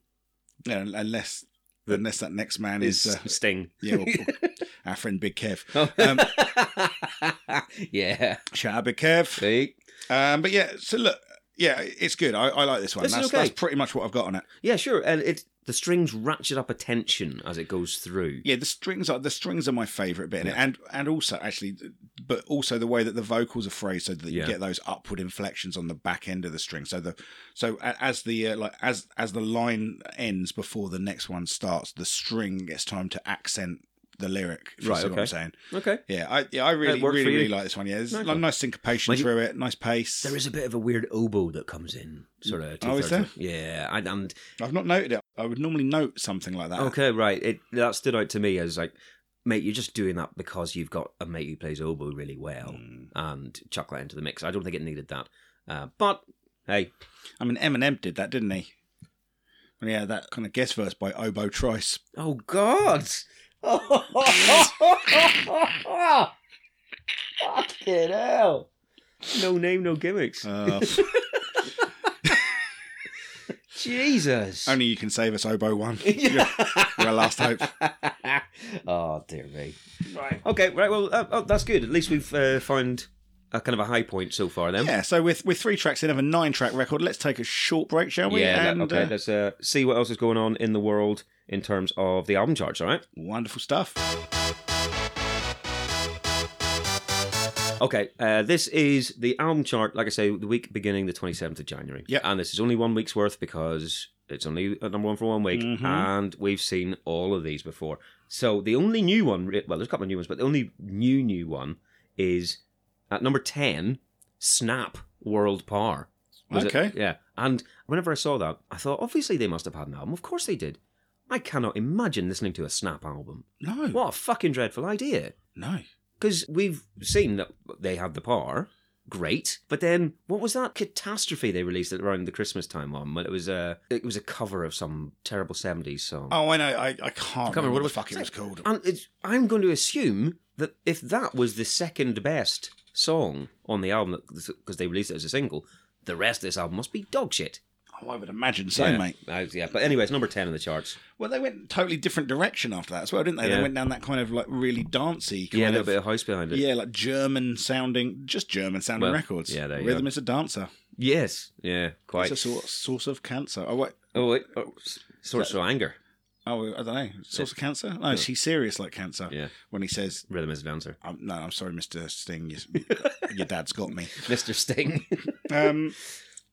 Speaker 3: you know, unless
Speaker 2: The-
Speaker 3: unless that next man
Speaker 2: is
Speaker 3: is uh,
Speaker 2: Sting.
Speaker 3: yeah, or, or our friend Big Kev.
Speaker 2: Oh.
Speaker 3: um,
Speaker 2: yeah.
Speaker 3: Shout out Big Kev.
Speaker 2: See?
Speaker 3: Um, but yeah, so look, yeah, it's good. I, I like this one.
Speaker 2: This is
Speaker 3: that's,
Speaker 2: okay.
Speaker 3: that's pretty much what I've got on it.
Speaker 2: Yeah, sure. And it the strings ratchet up a tension as it goes through.
Speaker 3: Yeah, the strings are the strings are my favourite bit in it, and and also actually, but also the way that the vocals are phrased, so that you
Speaker 2: Yeah.
Speaker 3: get those upward inflections on the back end of the string. So the so a- as the uh, like as as the line ends before the next one starts, the string gets time to accent the lyric. If you
Speaker 2: Right,
Speaker 3: see what I'm
Speaker 2: okay.
Speaker 3: saying?
Speaker 2: Okay.
Speaker 3: Yeah, I yeah I really
Speaker 2: worked for
Speaker 3: really
Speaker 2: you?
Speaker 3: really like this one. Yeah, there's
Speaker 2: Nice
Speaker 3: nice,
Speaker 2: one.
Speaker 3: nice syncopation
Speaker 2: Well, you-
Speaker 3: through it, nice pace.
Speaker 2: There is a bit of a weird oboe that comes in, sort of.
Speaker 3: Oh, is
Speaker 2: two-thirds. Yeah, and, and
Speaker 3: I've not noted it. I would normally note something like that.
Speaker 2: okay, right. It that stood out to me as like, mate, you're just doing that because you've got a mate who plays oboe really well,
Speaker 3: Mm.
Speaker 2: and chuck that into the mix. I don't think it needed that, uh, but hey,
Speaker 3: I mean, Eminem did that, didn't he? Yeah, that kind of guest verse by Oboe Trice.
Speaker 2: oh god, fucking hell, no name, no gimmicks,
Speaker 3: Uh,
Speaker 2: Jesus.
Speaker 3: Only you can save us, Oboe One.
Speaker 2: Yeah.
Speaker 3: You're our last hope.
Speaker 2: oh dear me. Right. Okay. Right. Well, uh, oh, that's good. At least we've uh, found a kind of a high point so far. Then.
Speaker 3: Yeah, so with with three tracks in of a nine track record, let's take a short break, shall we?
Speaker 2: Yeah,
Speaker 3: And,
Speaker 2: that- okay.
Speaker 3: uh,
Speaker 2: let's uh, see what else is going on in the world in terms of the album charts. All right.
Speaker 3: wonderful stuff.
Speaker 2: Okay. Uh, this is the album chart. Like I say, the week beginning the twenty seventh of January.
Speaker 3: Yep.
Speaker 2: And this is only one week's worth because it's only at number one for one week,
Speaker 3: Mhm.
Speaker 2: and we've seen all of these before. So the only new one, re- well, there's a couple of new ones, but the only new new one is at number ten. Snap World Par. Was it-
Speaker 3: Okay.
Speaker 2: yeah. And whenever I saw that, I thought, obviously they must have had an album. Of course they did. I cannot imagine listening to a Snap album.
Speaker 3: No,
Speaker 2: What a fucking dreadful idea.
Speaker 3: no.
Speaker 2: Because we've seen that they had the par. Great. But then what was that catastrophe they released around the Christmas time on? Well, it was a it was a cover of some terrible 70s song.
Speaker 3: Oh, I know. I, I can't remember what the
Speaker 2: it Um,
Speaker 3: fuck it was called.
Speaker 2: And it's, I'm going to assume that if that was the second best song on the album, because they released it as a single, the rest of this album must be dog shit.
Speaker 3: Oh, I would imagine so,
Speaker 2: yeah.
Speaker 3: mate.
Speaker 2: Uh, yeah, but anyway, it's number 10 in the charts.
Speaker 3: Well, they went totally different direction after that as well, didn't they? They
Speaker 2: Yeah.
Speaker 3: went down that kind of like really dancey kind
Speaker 2: Yeah, a
Speaker 3: of,
Speaker 2: little bit of house behind it.
Speaker 3: yeah, like German sounding, just German sounding
Speaker 2: Well,
Speaker 3: records.
Speaker 2: yeah, there you
Speaker 3: Rhythm
Speaker 2: go.
Speaker 3: is a dancer.
Speaker 2: Yes, yeah, quite.
Speaker 3: It's a sort source of cancer. Oh wait,
Speaker 2: Oh, wait. Oh, s- source of anger.
Speaker 3: oh I don't know, source of cancer. No, she's serious like cancer.
Speaker 2: Yeah.
Speaker 3: When he says,
Speaker 2: Rhythm is an answer.
Speaker 3: i "No, I'm sorry, Mister Sting, you, your dad's got me."
Speaker 2: Mr. Sting.
Speaker 3: Um,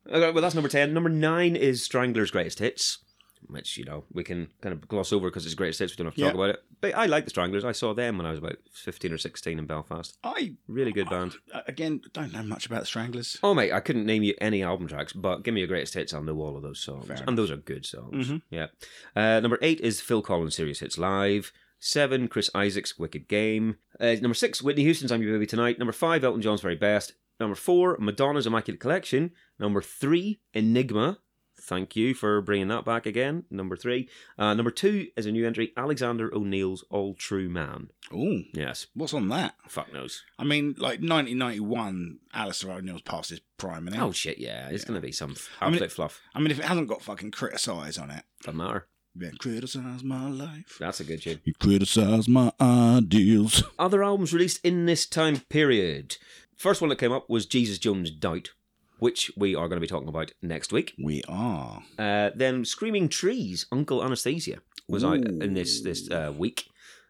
Speaker 2: Okay, well, that's number 10. Number 9 is Strangler's Greatest Hits, which, you know, we can kind of gloss over because it's Greatest Hits. We don't have to
Speaker 3: Yeah.
Speaker 2: talk about it. But I like the Stranglers. I saw them when I was about 15 or 16 in Belfast.
Speaker 3: I uh,
Speaker 2: Really good band.
Speaker 3: again don't know much about the Stranglers.
Speaker 2: Oh, mate, I couldn't name you any album tracks, but give me your Greatest Hits. I'll know all of those songs.
Speaker 3: Fair enough.
Speaker 2: and those are good songs.
Speaker 3: Mhm.
Speaker 2: Yeah. Uh, number 8 is Phil Collins' Serious Hits Live. Seven, Chris Isaac's Wicked Game. Uh, number six, Whitney Houston's I'm Your Baby Tonight. Number five, Elton John's Very Best. Number four, Madonna's Immaculate Collection. Number three, Enigma. Thank you for bringing that back again. Number three. Uh, number two is a new entry, Alexander O'Neill's All True Man.
Speaker 3: Ooh,
Speaker 2: Yes.
Speaker 3: what's on that?
Speaker 2: Fuck knows.
Speaker 3: I mean, like 1991, Alistair O'Neill's past his prime, and
Speaker 2: Oh, shit, yeah. It's going to be some
Speaker 3: I mean-
Speaker 2: absolute fluff.
Speaker 3: I mean, if it hasn't got fucking criticise on it,
Speaker 2: Doesn't matter.
Speaker 3: yeah, criticize my life.
Speaker 2: That's a good tune.
Speaker 3: You criticize my ideals.
Speaker 2: Other albums released in this time period. First one that came up was Jesus Jones' Doubt, which we are going to be talking about next week.
Speaker 3: We are.
Speaker 2: Uh, then Screaming Trees, Uncle Anastasia was out
Speaker 3: Ooh.
Speaker 2: in this this uh, week,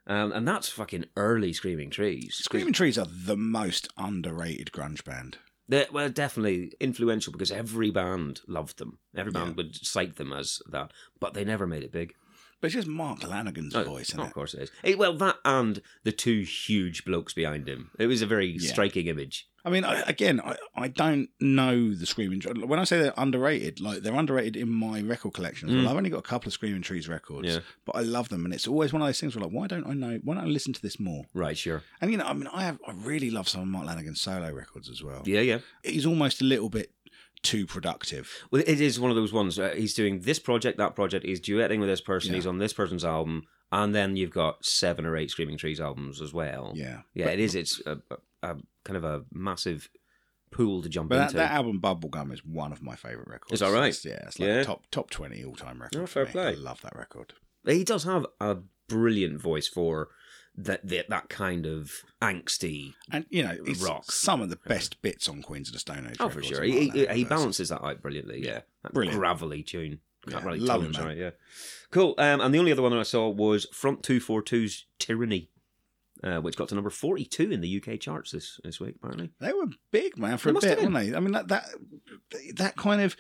Speaker 2: um, and that's fucking early Screaming Trees.
Speaker 3: Screaming Trees are the most underrated grunge band.
Speaker 2: They're, well, definitely influential because every band loved them. Every band
Speaker 3: Yeah.
Speaker 2: would cite them as that, but they never made it big.
Speaker 3: But it's just Mark Lanigan's
Speaker 2: Oh,
Speaker 3: voice,
Speaker 2: oh,
Speaker 3: isn't
Speaker 2: of course it is. Eh, well, that and the two huge blokes behind him. It was a very
Speaker 3: Yeah.
Speaker 2: striking image.
Speaker 3: I mean, I, again, I, I don't know the Screaming Trees. When I say they're underrated, like they're underrated in my record collection. as Well,
Speaker 2: Mm.
Speaker 3: I've only got a couple of Screaming Trees records,
Speaker 2: Yeah.
Speaker 3: but I love them. And it's always one of those things where, like, why don't I know? Why don't I listen to this more?
Speaker 2: Right, sure.
Speaker 3: And, you know, I mean, I have, I really love some of Mark Lanigan's solo records as well.
Speaker 2: Yeah, yeah.
Speaker 3: He's almost a little bit too productive.
Speaker 2: Well, it is one of those ones. Uh, he's doing this project, that project. He's duetting with this person.
Speaker 3: Yeah.
Speaker 2: He's on this person's album, and then you've got seven or eight Screaming Trees albums as well.
Speaker 3: Yeah.
Speaker 2: Oh, Yeah,
Speaker 3: But-
Speaker 2: it is. It's a, a, a kind of a massive pool to jump
Speaker 3: But that,
Speaker 2: into.
Speaker 3: that album Bubblegum is one of my favourite records.
Speaker 2: Is that right?
Speaker 3: It's- yeah, it's like
Speaker 2: Yeah.
Speaker 3: top top twenty all time record.
Speaker 2: Oh,
Speaker 3: for
Speaker 2: fair
Speaker 3: me.
Speaker 2: play.
Speaker 3: I love that record.
Speaker 2: he does have a brilliant voice for that that, that kind of angsty.
Speaker 3: And you know, it's
Speaker 2: Rock.
Speaker 3: some of the best bits on Queens of the Stone Age.
Speaker 2: Oh, for
Speaker 3: records
Speaker 2: sure.
Speaker 3: are
Speaker 2: He,
Speaker 3: Mark
Speaker 2: he, he
Speaker 3: Lanigan's.
Speaker 2: balances that out brilliantly. Yeah, that
Speaker 3: Brilliant.
Speaker 2: gravelly tune.
Speaker 3: Yeah,
Speaker 2: gravelly
Speaker 3: love
Speaker 2: tone,
Speaker 3: it,
Speaker 2: sorry,
Speaker 3: mate.
Speaker 2: yeah. Cool. Um, and the only other one I saw was Front 242's Tyranny, uh, which got to number 42 in the UK charts this, this week, apparently.
Speaker 3: They were big, man, for
Speaker 2: They
Speaker 3: a
Speaker 2: must
Speaker 3: bit,
Speaker 2: have been.
Speaker 3: weren't they? I mean, that that that kind of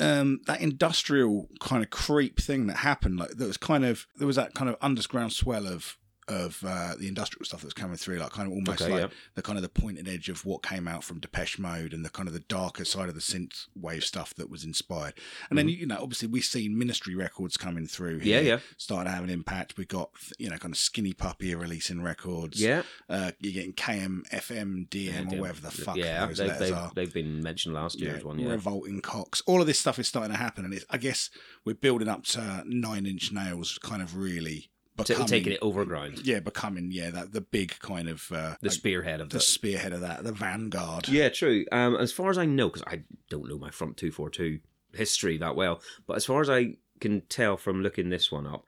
Speaker 3: um, that industrial kind of creep thing that happened, like there was kind of there was that kind of underground swell of of uh, the industrial stuff that's coming through, like kind of almost
Speaker 2: Okay,
Speaker 3: like
Speaker 2: yeah.
Speaker 3: the kind of the pointed edge of what came out from Depeche Mode and the kind of the darker side of the synth wave stuff that was inspired. And then you know, obviously, we've seen Ministry records coming through. Here,
Speaker 2: Mm-hmm. Yeah, yeah.
Speaker 3: Started having impact. We got you know kind of Skinny Puppy are releasing records.
Speaker 2: Yeah.
Speaker 3: Uh, you're getting KM, FM, DM, or whatever the fuck
Speaker 2: yeah,
Speaker 3: those
Speaker 2: they've,
Speaker 3: letters
Speaker 2: they've,
Speaker 3: are.
Speaker 2: they've been mentioned last year's
Speaker 3: Yeah,
Speaker 2: one, yeah.
Speaker 3: Revolting Cox. All of this stuff is starting to happen, and it's, I guess we're building up to Nine Inch Nails, kind of really
Speaker 2: Ta-
Speaker 3: becoming,
Speaker 2: taking it overground,
Speaker 3: yeah, becoming yeah that the big kind of uh,
Speaker 2: the
Speaker 3: like,
Speaker 2: spearhead of
Speaker 3: the
Speaker 2: this.
Speaker 3: spearhead of that, the vanguard.
Speaker 2: Yeah, true. Um, as far as I know, because I don't know my Front 242 history that well, but as far as I can tell from looking this one up,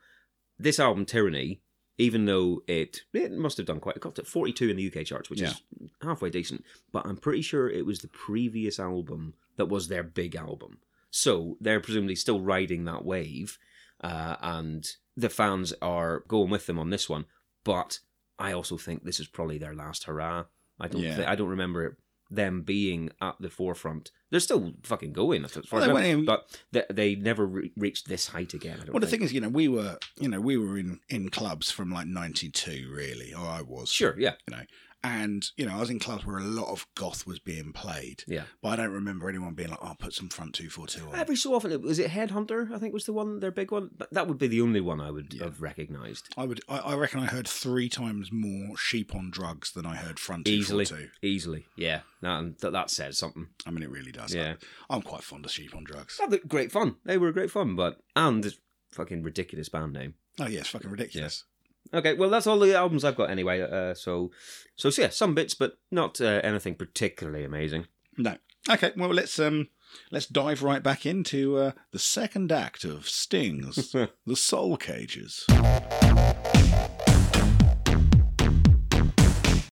Speaker 2: this album, Tyranny, even though it it must have done quite, it got to 42 in the UK charts, which is halfway decent, but I'm pretty sure it was the previous album that was their big album. So they're presumably still riding that wave, uh, and the fans are going with them on this one. But I also think this is probably their last hurrah. I don't,
Speaker 3: Yeah.
Speaker 2: thi- I don't remember it them being at the forefront. They're still fucking going, as far
Speaker 3: Well,
Speaker 2: as
Speaker 3: they
Speaker 2: I
Speaker 3: went
Speaker 2: know,
Speaker 3: in-
Speaker 2: but they, they never re- reached this height again. I don't
Speaker 3: Well, the
Speaker 2: think.
Speaker 3: thing is, you know, we were, you know, we were in in clubs from like '92, really, or I was.
Speaker 2: sure, yeah,
Speaker 3: you know. And you know, I was in clubs where a lot of goth was being played,
Speaker 2: yeah.
Speaker 3: but I don't remember anyone being like, "Oh, put some front two four two on."
Speaker 2: Every so often, it- was it Headhunter? I think was the one, their big one. But that would be the only one I would
Speaker 3: Yeah.
Speaker 2: have recognised
Speaker 3: I would, I, I reckon, I heard three times more sheep on drugs than I heard front two four
Speaker 2: easily,
Speaker 3: two.
Speaker 2: easily. Yeah, that, and th- that says something.
Speaker 3: I mean, it really does.
Speaker 2: Yeah. Oh.
Speaker 3: I'm quite fond of sheep on drugs.
Speaker 2: That looked great fun. They were great fun, but and it's fucking ridiculous band name.
Speaker 3: Oh yeah, it's fucking ridiculous.
Speaker 2: Okay, well, that's all the albums I've got anyway. Uh, so, so yeah, some bits, but not uh, anything particularly amazing.
Speaker 3: No. Okay. Well, let's um let's dive right back into uh, the second act of Sting's The Soul Cages.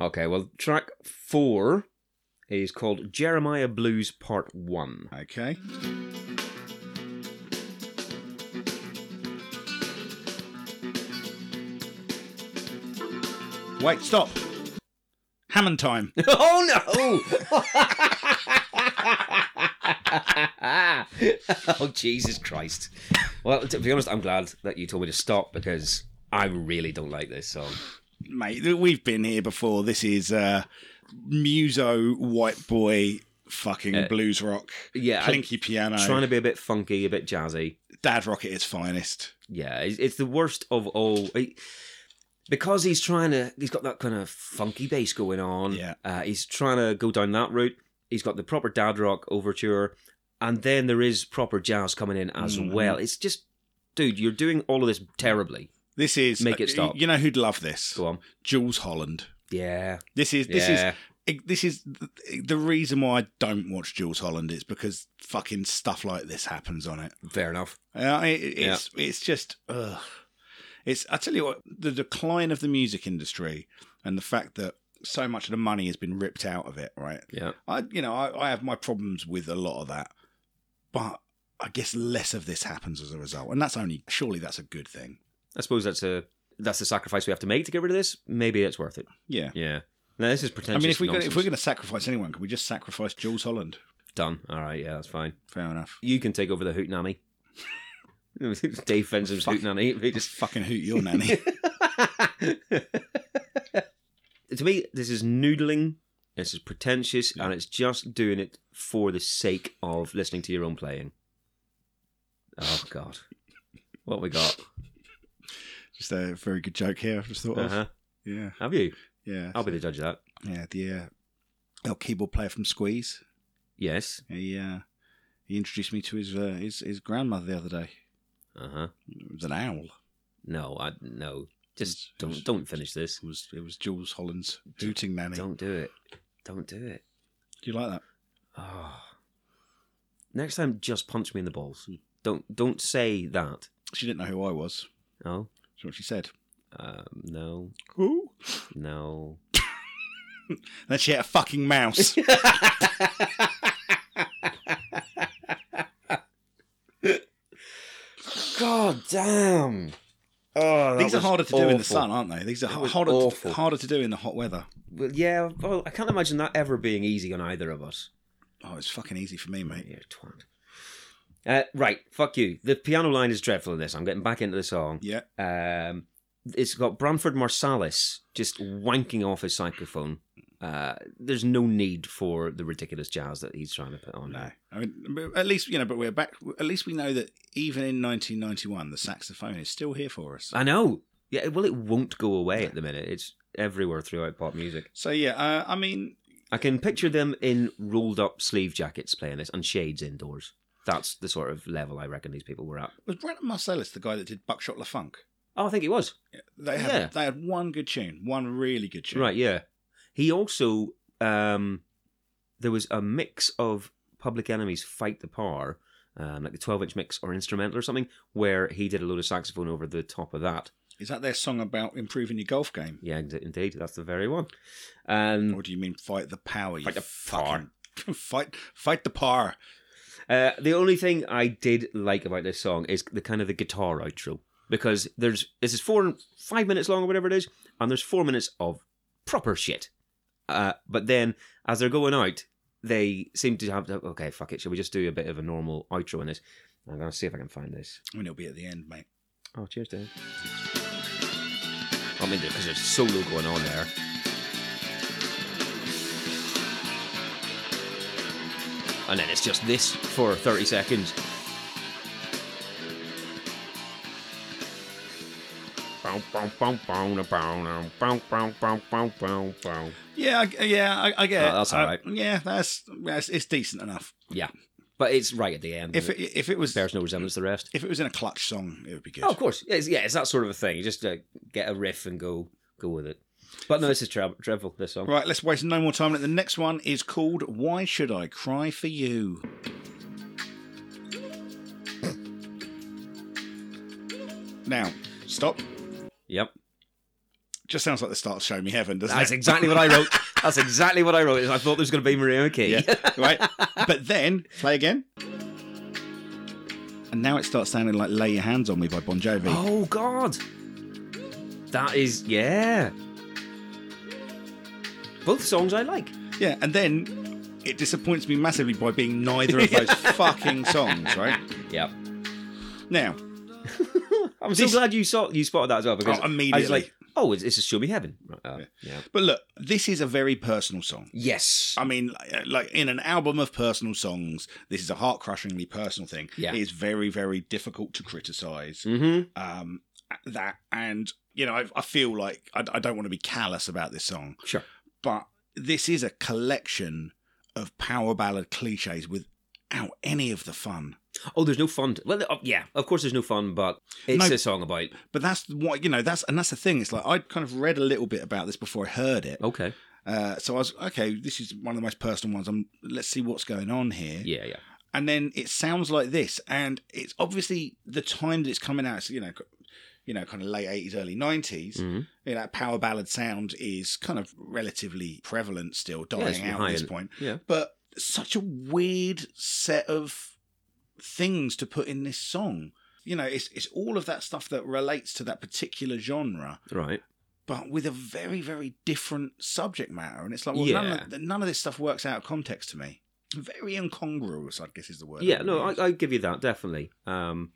Speaker 2: Okay, well, track four is called Jeremiah Blues Part One.
Speaker 3: Okay. Wait, stop. Hammond time.
Speaker 2: oh no! oh Jesus Christ! Well, to be honest, I'm glad that you told me to stop because I really don't like this song.
Speaker 3: Mate, we've been here before. This is uh Muso white boy fucking blues rock.
Speaker 2: yeah, I-
Speaker 3: Clinky piano.
Speaker 2: Trying to be a bit funky, a bit jazzy.
Speaker 3: Dad rock at its finest.
Speaker 2: Yeah, it's, it's the worst of all. I- because he's trying to, he's got that kind of funky bass going on.
Speaker 3: Yeah.
Speaker 2: Uh, he's trying to go down that route. He's got the proper dad rock overture, and then there is proper jazz coming in as
Speaker 3: Mhm.
Speaker 2: well. It's just, dude, you're doing all of this terribly.
Speaker 3: This is uh,
Speaker 2: Make it stop.
Speaker 3: You know who'd love this?
Speaker 2: Go on.
Speaker 3: Jules Holland.
Speaker 2: Yeah.
Speaker 3: This is this
Speaker 2: yeah.
Speaker 3: is this is the reason why I don't watch Jules Holland is because fucking stuff like this happens on it.
Speaker 2: fair enough.
Speaker 3: Uh, it it's it's just ugh. it's I tell you what the decline of the music industry and the fact that so much of the money has been ripped out of it. Right?
Speaker 2: Yeah.
Speaker 3: I you know I, I have my problems with a lot of that, but I guess less of this happens as a result, and that's only surely that's a good thing.
Speaker 2: I suppose that's a that's the sacrifice we have to make to get rid of this. Maybe it's worth it.
Speaker 3: Yeah.
Speaker 2: Yeah. Now this is
Speaker 3: I
Speaker 2: pretentious.
Speaker 3: mean, if we're gonna, if
Speaker 2: nonsense.
Speaker 3: we're going to sacrifice anyone, can we just sacrifice Jules Holland?
Speaker 2: done. All right. Yeah, that's fine.
Speaker 3: Fair enough.
Speaker 2: You can take over the hoot nanny. Dave Fensome's
Speaker 3: Fuck.
Speaker 2: hoot nanny. We
Speaker 3: Just
Speaker 2: just
Speaker 3: fucking hoot your nanny.
Speaker 2: to me, this is noodling. This is pretentious, and it's just doing it for the sake of listening to your own playing. Oh God, what we got?
Speaker 3: Just a very good joke here. I've just thought
Speaker 2: Uh-huh. Oh.
Speaker 3: of. Yeah,
Speaker 2: Have you?
Speaker 3: yeah,
Speaker 2: I'll be the judge of that.
Speaker 3: yeah. The uh, El keyboard player from Squeeze.
Speaker 2: Yes.
Speaker 3: He uh, he introduced me to his uh, his his grandmother the other day.
Speaker 2: Uh huh.
Speaker 3: It was an owl.
Speaker 2: No, I no. Just
Speaker 3: It's-
Speaker 2: don't don't finish this.
Speaker 3: It was it was Jules Holland's hooting nanny.
Speaker 2: Don't do it. Don't do it.
Speaker 3: Do you like that?
Speaker 2: Oh. Next time, just punch me in the balls. Don't don't say that.
Speaker 3: She didn't know who I was.
Speaker 2: Oh,
Speaker 3: That's what she said.
Speaker 2: um, no,
Speaker 3: Who?
Speaker 2: no.
Speaker 3: And then she had a fucking mouse.
Speaker 2: God damn. Oh,
Speaker 3: These are harder to do in the sun, aren't they? These are
Speaker 2: That was
Speaker 3: harder
Speaker 2: awful.
Speaker 3: harder to do in the hot weather.
Speaker 2: Well, yeah, well, I can't imagine that ever being easy on either of us.
Speaker 3: Oh, it's fucking easy for me, mate.
Speaker 2: You twat. Uh, right, fuck you. The piano line is dreadful in this. I'm getting back into the song.
Speaker 3: Yeah.
Speaker 2: Um, it's got Branford Marsalis just wanking off his saxophone. Uh, there's no need for the ridiculous jazz that he's trying to put on.
Speaker 3: No,
Speaker 2: there.
Speaker 3: I mean, but at least you know. But we're back. At least we know that even in 1991, the saxophone is still here for us.
Speaker 2: I know. Yeah, well, it won't go away at the minute. It's everywhere throughout pop music.
Speaker 3: So yeah, uh, I mean,
Speaker 2: I can picture them in rolled up sleeve jackets playing this and shades indoors. That's the sort of level I reckon these people were at.
Speaker 3: was Brandon Marsalis the guy that did Buckshot LaFunk?
Speaker 2: Oh, I think it was.
Speaker 3: They had
Speaker 2: Yeah.
Speaker 3: they had one good tune, one really good tune.
Speaker 2: Right, yeah. He also um there was a mix of Public Enemies Fight the Power, um, like the twelve inch mix or instrumental or something, where he did a load of saxophone over the top of that.
Speaker 3: Is that their song about improving your golf game,
Speaker 2: Yeah, ind- indeed, that's the very one. Um
Speaker 3: or do you mean fight the power? you
Speaker 2: Fight the
Speaker 3: fucking- fight fight the power.
Speaker 2: uh, the only thing I did like about this song is the kind of the guitar outro. Because there's this is four five minutes long or whatever it is, and there's four minutes of proper shit. Uh, but then as they're going out, they seem to have to, okay, fuck it. Shall we just do a bit of a normal outro in this? I'm gonna see if I can find this.
Speaker 3: I mean, it'll be at the end, mate.
Speaker 2: Oh, cheers, Dave. I mean, because there's solo going on there. And then it's just this for 30 seconds. Bow, bow, bow, bow, da, bow, da, bow, bow, bow, bow, bow, bow.
Speaker 3: Yeah, I, yeah, I, I get
Speaker 2: Oh,
Speaker 3: it.
Speaker 2: that's
Speaker 3: I-
Speaker 2: all right.
Speaker 3: yeah, that's, that's it's decent enough.
Speaker 2: Yeah. But it's right at the end.
Speaker 3: If
Speaker 2: If
Speaker 3: it, if it was
Speaker 2: there's no resemblance to the rest.
Speaker 3: if it was in a clutch song, it would be good.
Speaker 2: Oh, of course. It's, yeah, it's that sort of a thing. You just uh, get a riff and go go with it. But no, this is tre- dreadful. This song.
Speaker 3: Right, let's waste no more time. The next one is called "Why Should I Cry for You." now, stop.
Speaker 2: Yep.
Speaker 3: Just sounds like the start of "Show Me Heaven," doesn't
Speaker 2: That's
Speaker 3: it?
Speaker 2: exactly what I wrote. That's exactly what I wrote. I thought there was going to be Maria McKee.
Speaker 3: yeah, right. But then play again, and now it starts sounding like "Lay Your Hands on Me" by Bon Jovi.
Speaker 2: Oh God, that is yeah. Both songs I like.
Speaker 3: Yeah, and then it disappoints me massively by being neither of those fucking songs. Right
Speaker 2: Yeah,
Speaker 3: now,
Speaker 2: I'm so glad you saw you spotted that as well because
Speaker 3: Oh,
Speaker 2: I
Speaker 3: immediately.
Speaker 2: was like, oh, it's, it's a Show Me Heaven. Uh, yeah.
Speaker 3: but look, this is a very personal song.
Speaker 2: Yes.
Speaker 3: I mean, like- uh, like in an album of personal songs, this is a heart crushingly personal thing.
Speaker 2: Yeah.
Speaker 3: It is very, very difficult to criticize
Speaker 2: hmm
Speaker 3: um, that. And, you know, I, I feel like I, I don't want to be callous about this song,
Speaker 2: Sure.
Speaker 3: but this is a collection of power ballad cliches without any of the fun.
Speaker 2: Oh, there's no fun. t- well, oh, yeah, of course there's no fun, but it's
Speaker 3: No.
Speaker 2: a song about.
Speaker 3: But that's what, you know, that's, and that's the thing. It's like I kind of read a little bit about this before I heard it.
Speaker 2: Okay.
Speaker 3: Uh, so I was, okay, this is one of the most personal ones. I'm, let's see what's going on here.
Speaker 2: Yeah, yeah.
Speaker 3: and then it sounds like this and it's obviously the time that it's coming out it's, you know you know kind of late 80s early 90s
Speaker 2: Mhm.
Speaker 3: you know, that power ballad sound is kind of relatively prevalent still
Speaker 2: Yeah,
Speaker 3: dying
Speaker 2: it's
Speaker 3: out at
Speaker 2: high
Speaker 3: this
Speaker 2: end.
Speaker 3: point
Speaker 2: Yeah.
Speaker 3: but such a weird set of things to put in this song you know it's it's all of that stuff that relates to that particular genre
Speaker 2: Right.
Speaker 3: but with a very very different subject matter and it's like well none, of, none of this stuff works out of context to me very incongruous i guess is the word
Speaker 2: Yeah.
Speaker 3: would
Speaker 2: No,
Speaker 3: use.
Speaker 2: I, I give you that definitely. Um,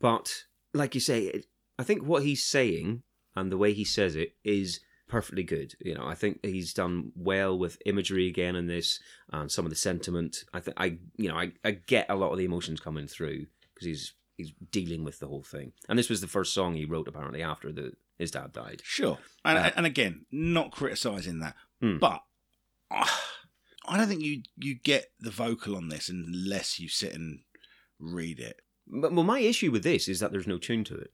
Speaker 2: but like you say, it, I think what he's saying and the way he says it is perfectly good. You know, I think he's done well with imagery again in this and some of the sentiment. I think I, you know, I, I get a lot of the emotions coming through because he's he's dealing with the whole thing. And this was the first song he wrote apparently after the his dad died.
Speaker 3: Sure. And,
Speaker 2: Uh,
Speaker 3: and again, not criticizing that,
Speaker 2: Hmm.
Speaker 3: but ah, I don't think you you get the vocal on this unless you sit and read it.
Speaker 2: But well, my issue with this is that there's no tune to it.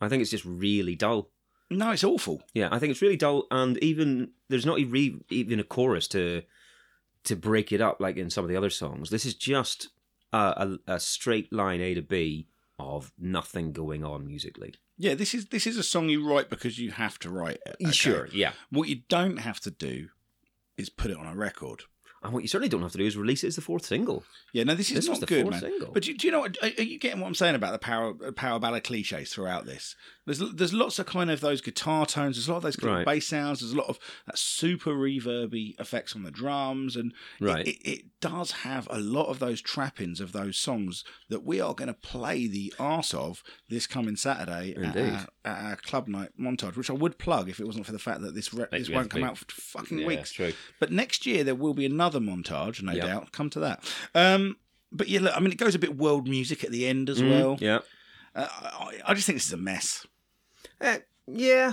Speaker 2: I think it's just really dull.
Speaker 3: No, it's awful.
Speaker 2: Yeah, I think it's really dull, and even there's not e- re- even a chorus to to break it up like in some of the other songs. This is just a, a, a straight line A to B of nothing going on musically.
Speaker 3: Yeah, this is this is a song you write because you have to write it. okay?
Speaker 2: yeah.
Speaker 3: What you don't have to do is put it on a record.
Speaker 2: And what you certainly don't have to do is release it as the fourth single.
Speaker 3: Yeah, no, this is
Speaker 2: This
Speaker 3: not
Speaker 2: was the
Speaker 3: good,
Speaker 2: fourth
Speaker 3: man.
Speaker 2: single.
Speaker 3: But do, do you know? What, are, are you getting what I'm saying about the power power ballad cliches throughout this? There's there's lots of kind of those guitar tones. There's a lot of those kind of
Speaker 2: Right.
Speaker 3: bass sounds. There's a lot of that super reverby effects on the drums, and it-
Speaker 2: Right.
Speaker 3: it, it, does have a lot of those trappings of those songs that we are going to play the arse of this coming Saturday at
Speaker 2: Indeed.
Speaker 3: our, at our club night montage, which I would plug if it wasn't for the fact that this re-
Speaker 2: Mate,
Speaker 3: this
Speaker 2: we have
Speaker 3: won't
Speaker 2: to
Speaker 3: come
Speaker 2: be-
Speaker 3: out for fucking
Speaker 2: Yeah,
Speaker 3: weeks.
Speaker 2: that's true.
Speaker 3: But next year there will be another montage, no
Speaker 2: Yep.
Speaker 3: doubt. Come to that. Um, but yeah, look, I mean, it goes a bit world music at the end as well.
Speaker 2: Mm, yeah,
Speaker 3: Uh, I, I just think this is a mess.
Speaker 2: Uh, yeah.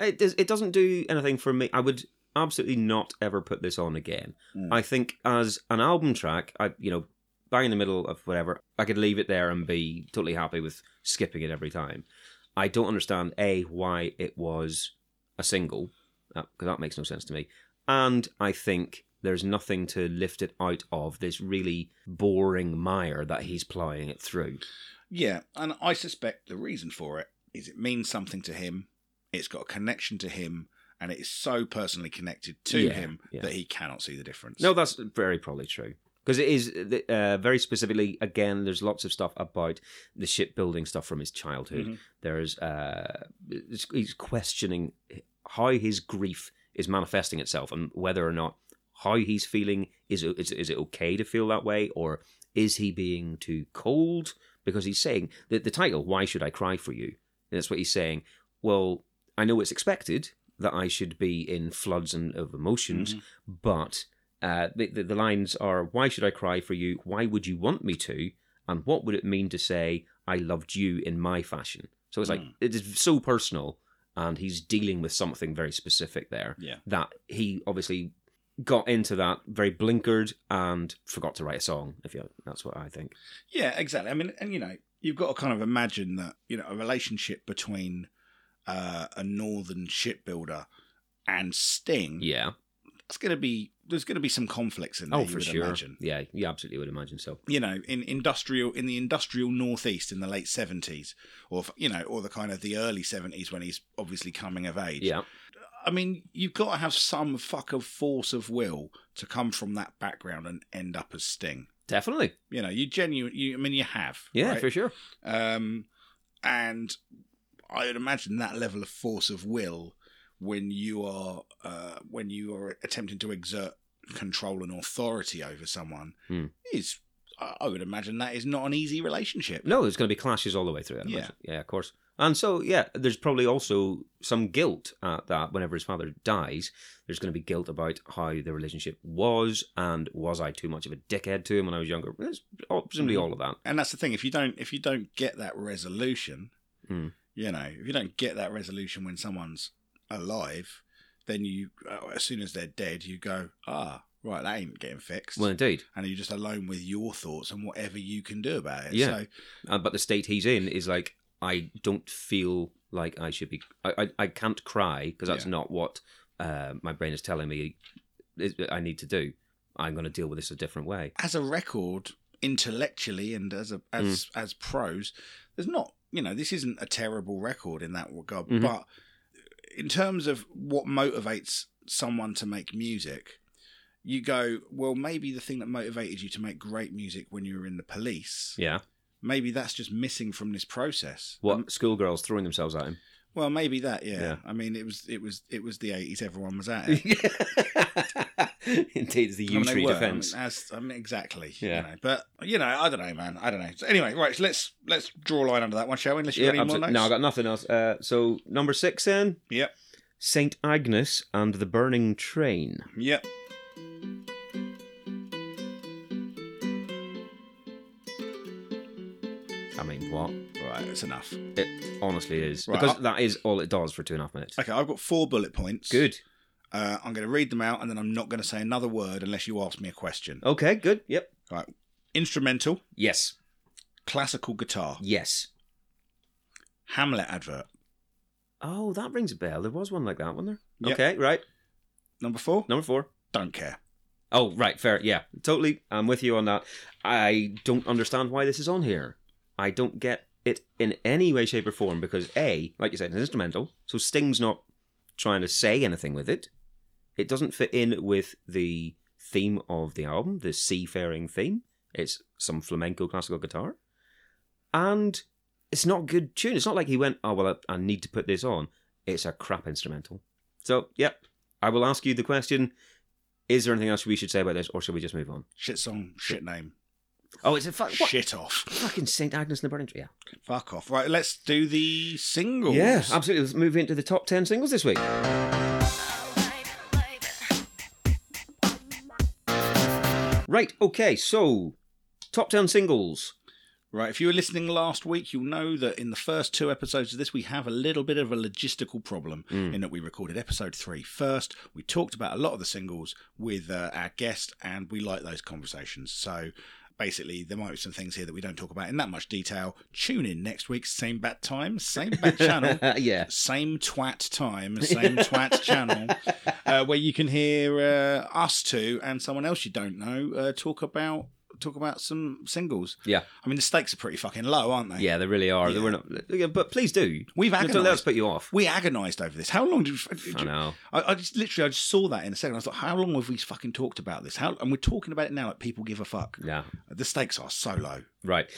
Speaker 2: It does. It doesn't do anything for me. I would absolutely not ever put this on again.
Speaker 3: Mm.
Speaker 2: I think as an album track, I you know, bang in the middle of whatever, I could leave it there and be totally happy with skipping it every time. I don't understand a why it was a single because that makes no sense to me. And I think there's nothing to lift it out of this really boring mire that he's plying it through.
Speaker 3: Yeah, and I suspect the reason for it is it means something to him. It's got a connection to him, and it is so personally connected to
Speaker 2: Yeah,
Speaker 3: him
Speaker 2: yeah.
Speaker 3: that he cannot see the difference.
Speaker 2: No, that's very probably true. Because it is uh, very specifically, again, there's lots of stuff about the shipbuilding stuff from his childhood.
Speaker 3: Mhm.
Speaker 2: There's, uh, it's- he's questioning how his grief is manifesting itself and whether or not how he's feeling is, is, is it okay to feel that way or is he being too cold? Because he's saying that the title, Why Should I Cry For You? And that's what he's saying. Well, I know it's expected that I should be in floods and of emotions, but uh, the, the, the lines are Why should I cry for you? Why would you want me to? And what would it mean to say, I loved you in my fashion? So it's like,
Speaker 3: Mm.
Speaker 2: it is so personal, and he's dealing with something very specific there
Speaker 3: Yeah.
Speaker 2: that he obviously got into that very blinkered and forgot to write a song. If you, that's what I think.
Speaker 3: Yeah, exactly. I mean, and you know, you've got to kind of imagine that you know a relationship between uh, a northern shipbuilder and Sting.
Speaker 2: Yeah.
Speaker 3: It's going to be there's going to be some conflicts in there.
Speaker 2: Oh,
Speaker 3: you
Speaker 2: for
Speaker 3: would
Speaker 2: sure.
Speaker 3: Imagine.
Speaker 2: Yeah, you absolutely would imagine so.
Speaker 3: You know, in industrial in the industrial northeast in the late seventies, or f- you know, or the kind of the early seventies when he's obviously coming of age.
Speaker 2: Yeah.
Speaker 3: I mean, you've got to have some fuck of force of will to come from that background and end up as Sting.
Speaker 2: Definitely.
Speaker 3: You know, you genuine. You, I mean, you have.
Speaker 2: Yeah,
Speaker 3: right?
Speaker 2: for sure.
Speaker 3: Um, and I would imagine that level of force of will when you are uh, when you are attempting to exert control and authority over someone
Speaker 2: Hmm.
Speaker 3: is I I would imagine that is not an easy relationship.
Speaker 2: No, there's going to be clashes all the way through. That,
Speaker 3: Yeah.
Speaker 2: yeah, yeah, of course. And so, yeah, there's probably also some guilt at that. Whenever his father dies, there's going to be guilt about how the relationship was, and was I too much of a dickhead to him when I was younger? There's all,
Speaker 3: Mm-hmm.
Speaker 2: presumably all of that.
Speaker 3: And that's the thing if you don't if you don't get that resolution,
Speaker 2: Hmm.
Speaker 3: you know, if you don't get that resolution when someone's alive, then you uh, as soon as they're dead, you go ah right that ain't getting fixed.
Speaker 2: Well, indeed.
Speaker 3: and you're just alone with your thoughts and whatever you can do about it.
Speaker 2: Yeah.
Speaker 3: So
Speaker 2: Uh, but the state he's in is like, I don't feel like I should be. I, I, I can't cry because that's
Speaker 3: Yeah.
Speaker 2: not what uh, my brain is telling me is, I need to do. I'm going to deal with this a different way.
Speaker 3: as a record, intellectually and as a
Speaker 2: Mm.
Speaker 3: as as prose, there's not you know this isn't a terrible record in that regard.
Speaker 2: Mhm.
Speaker 3: But in terms of what motivates someone to make music, you go well maybe the thing that motivated you to make great music when you were in the police,
Speaker 2: Yeah.
Speaker 3: maybe that's just missing from this process.
Speaker 2: What schoolgirls throwing themselves at him?
Speaker 3: Well, maybe that. Yeah.
Speaker 2: Yeah.
Speaker 3: I mean, it was it was it was the eighties. Everyone was at it.
Speaker 2: Indeed, it's the
Speaker 3: I
Speaker 2: U
Speaker 3: mean, they
Speaker 2: tree
Speaker 3: were.
Speaker 2: defense.
Speaker 3: I mean, as, I mean, exactly.
Speaker 2: Yeah.
Speaker 3: You know, but you know, I don't know, man. I don't know. So anyway, right. So let's let's draw a line under that one, shall we? Unless you
Speaker 2: Yeah,
Speaker 3: got any more
Speaker 2: absolutely.
Speaker 3: notes.
Speaker 2: no, I got nothing else. Uh, so number six then,
Speaker 3: Yep.
Speaker 2: Saint Agnes and the Burning Train.
Speaker 3: Yep.
Speaker 2: I mean, what?
Speaker 3: Right. That's enough.
Speaker 2: It honestly is
Speaker 3: Right,
Speaker 2: because
Speaker 3: I-
Speaker 2: that is all it does for two and a half minutes.
Speaker 3: Okay. I've got four bullet points.
Speaker 2: Good.
Speaker 3: Uh, I'm going to read them out, and then I'm not going to say another word unless you ask me a question.
Speaker 2: Okay. Good. Yep.
Speaker 3: Instrumental,
Speaker 2: Yes.
Speaker 3: classical guitar,
Speaker 2: Yes.
Speaker 3: Hamlet advert.
Speaker 2: Oh, that rings a bell. There was one like that, wasn't there?
Speaker 3: Yep.
Speaker 2: Okay. Right.
Speaker 3: Number four.
Speaker 2: Number four.
Speaker 3: Don't care.
Speaker 2: Oh, right, fair. Yeah, totally. I'm with you on that. I don't understand why this is on here. I don't get it in any way, shape, or form because A, like you said, it's instrumental, so Sting's not trying to say anything with it. It doesn't fit in with the theme of the album, the seafaring theme. It's some flamenco classical guitar. And it's not a good tune. It's not like he went, oh, well, I, I need to put this on. It's a crap instrumental. So, yep, I will ask you the question is there anything else we should say about this, or should we just move on?
Speaker 3: Shit song. Shit name.
Speaker 2: Oh, it's a fuck. What?
Speaker 3: Shit off.
Speaker 2: Fucking St. Agnes and the Burning Tree. Yeah.
Speaker 3: Fuck off. Right. Let's do the singles.
Speaker 2: Yeah, absolutely. Let's move into the top 10 singles this week. Right, okay, so top 10 singles.
Speaker 3: Right, if you were listening last week, you'll know that in the first two episodes of this, we have a little bit of a logistical problem in that we recorded episode three first. We talked about a lot of the singles with uh, our guest, and we like those conversations. So basically, there might be some things here that we don't talk about in that much detail. Tune in next week, same bat time, same bat channel.
Speaker 2: Uh, yeah.
Speaker 3: Same twat time, same twat channel, uh, where you can hear uh, us two and someone else you don't know uh, talk about talk about some singles.
Speaker 2: Yeah.
Speaker 3: I mean, the stakes are pretty fucking low, aren't they?
Speaker 2: Yeah, they really are. They were not, yeah, but please do.
Speaker 3: We've
Speaker 2: Don't let us
Speaker 3: agonised.
Speaker 2: put you off.
Speaker 3: We agonised over this. How long did we?
Speaker 2: I know.
Speaker 3: I, I just literally, I just saw that in a second. I was like, how long have we fucking talked about this? How? And we're talking about it now. Like people give a fuck.
Speaker 2: Yeah.
Speaker 3: The stakes are so low.
Speaker 2: Right.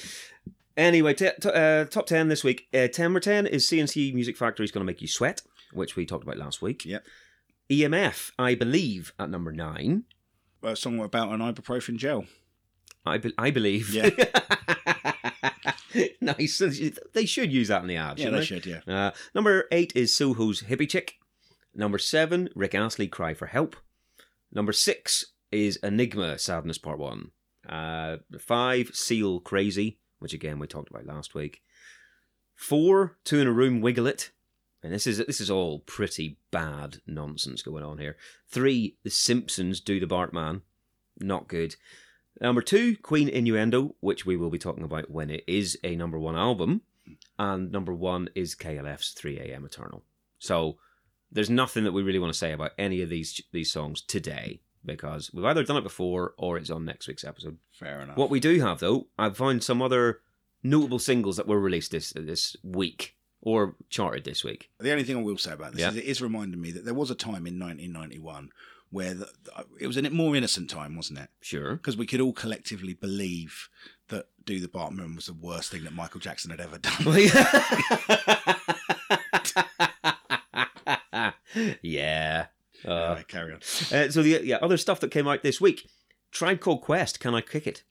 Speaker 2: Anyway, t- t- uh, top 10 this week. Uh, 10 or 10 is CNC Music Factory's Gonna Make You Sweat, which we talked about last week.
Speaker 3: Yep.
Speaker 2: EMF, I believe, at number 9.
Speaker 3: A song about an ibuprofen gel.
Speaker 2: I, be- I believe.
Speaker 3: Yeah.
Speaker 2: nice. They should use that in the ad.
Speaker 3: Yeah,
Speaker 2: shouldn't
Speaker 3: they should. Yeah.
Speaker 2: Uh, number eight is Soho's Hippie Chick. Number seven, Rick Astley Cry for Help. Number six is Enigma Sadness Part One. Uh, five, Seal Crazy, which again we talked about last week. Four, Two in a Room Wiggle It. And this is this is all pretty bad nonsense going on here. Three, The Simpsons do the Bartman, not good. Number two, Queen Innuendo, which we will be talking about when it is a number one album, and number one is KLF's 3 A.M. Eternal. So there's nothing that we really want to say about any of these these songs today because we've either done it before or it's on next week's episode.
Speaker 3: Fair enough.
Speaker 2: What we do have though, I've found some other notable singles that were released this this week or charted this week.
Speaker 3: The only thing I will say about this
Speaker 2: Yeah.
Speaker 3: is it is reminding me that there was a time in 1991 where the, it was a more innocent time, wasn't it?
Speaker 2: Sure.
Speaker 3: Because we could all collectively believe that Do the Bartman was the worst thing that Michael Jackson had ever done.
Speaker 2: yeah. Uh,
Speaker 3: Anyway, carry on.
Speaker 2: uh, so the yeah, other stuff that came out this week, Tribe Called Quest, Can I Kick It?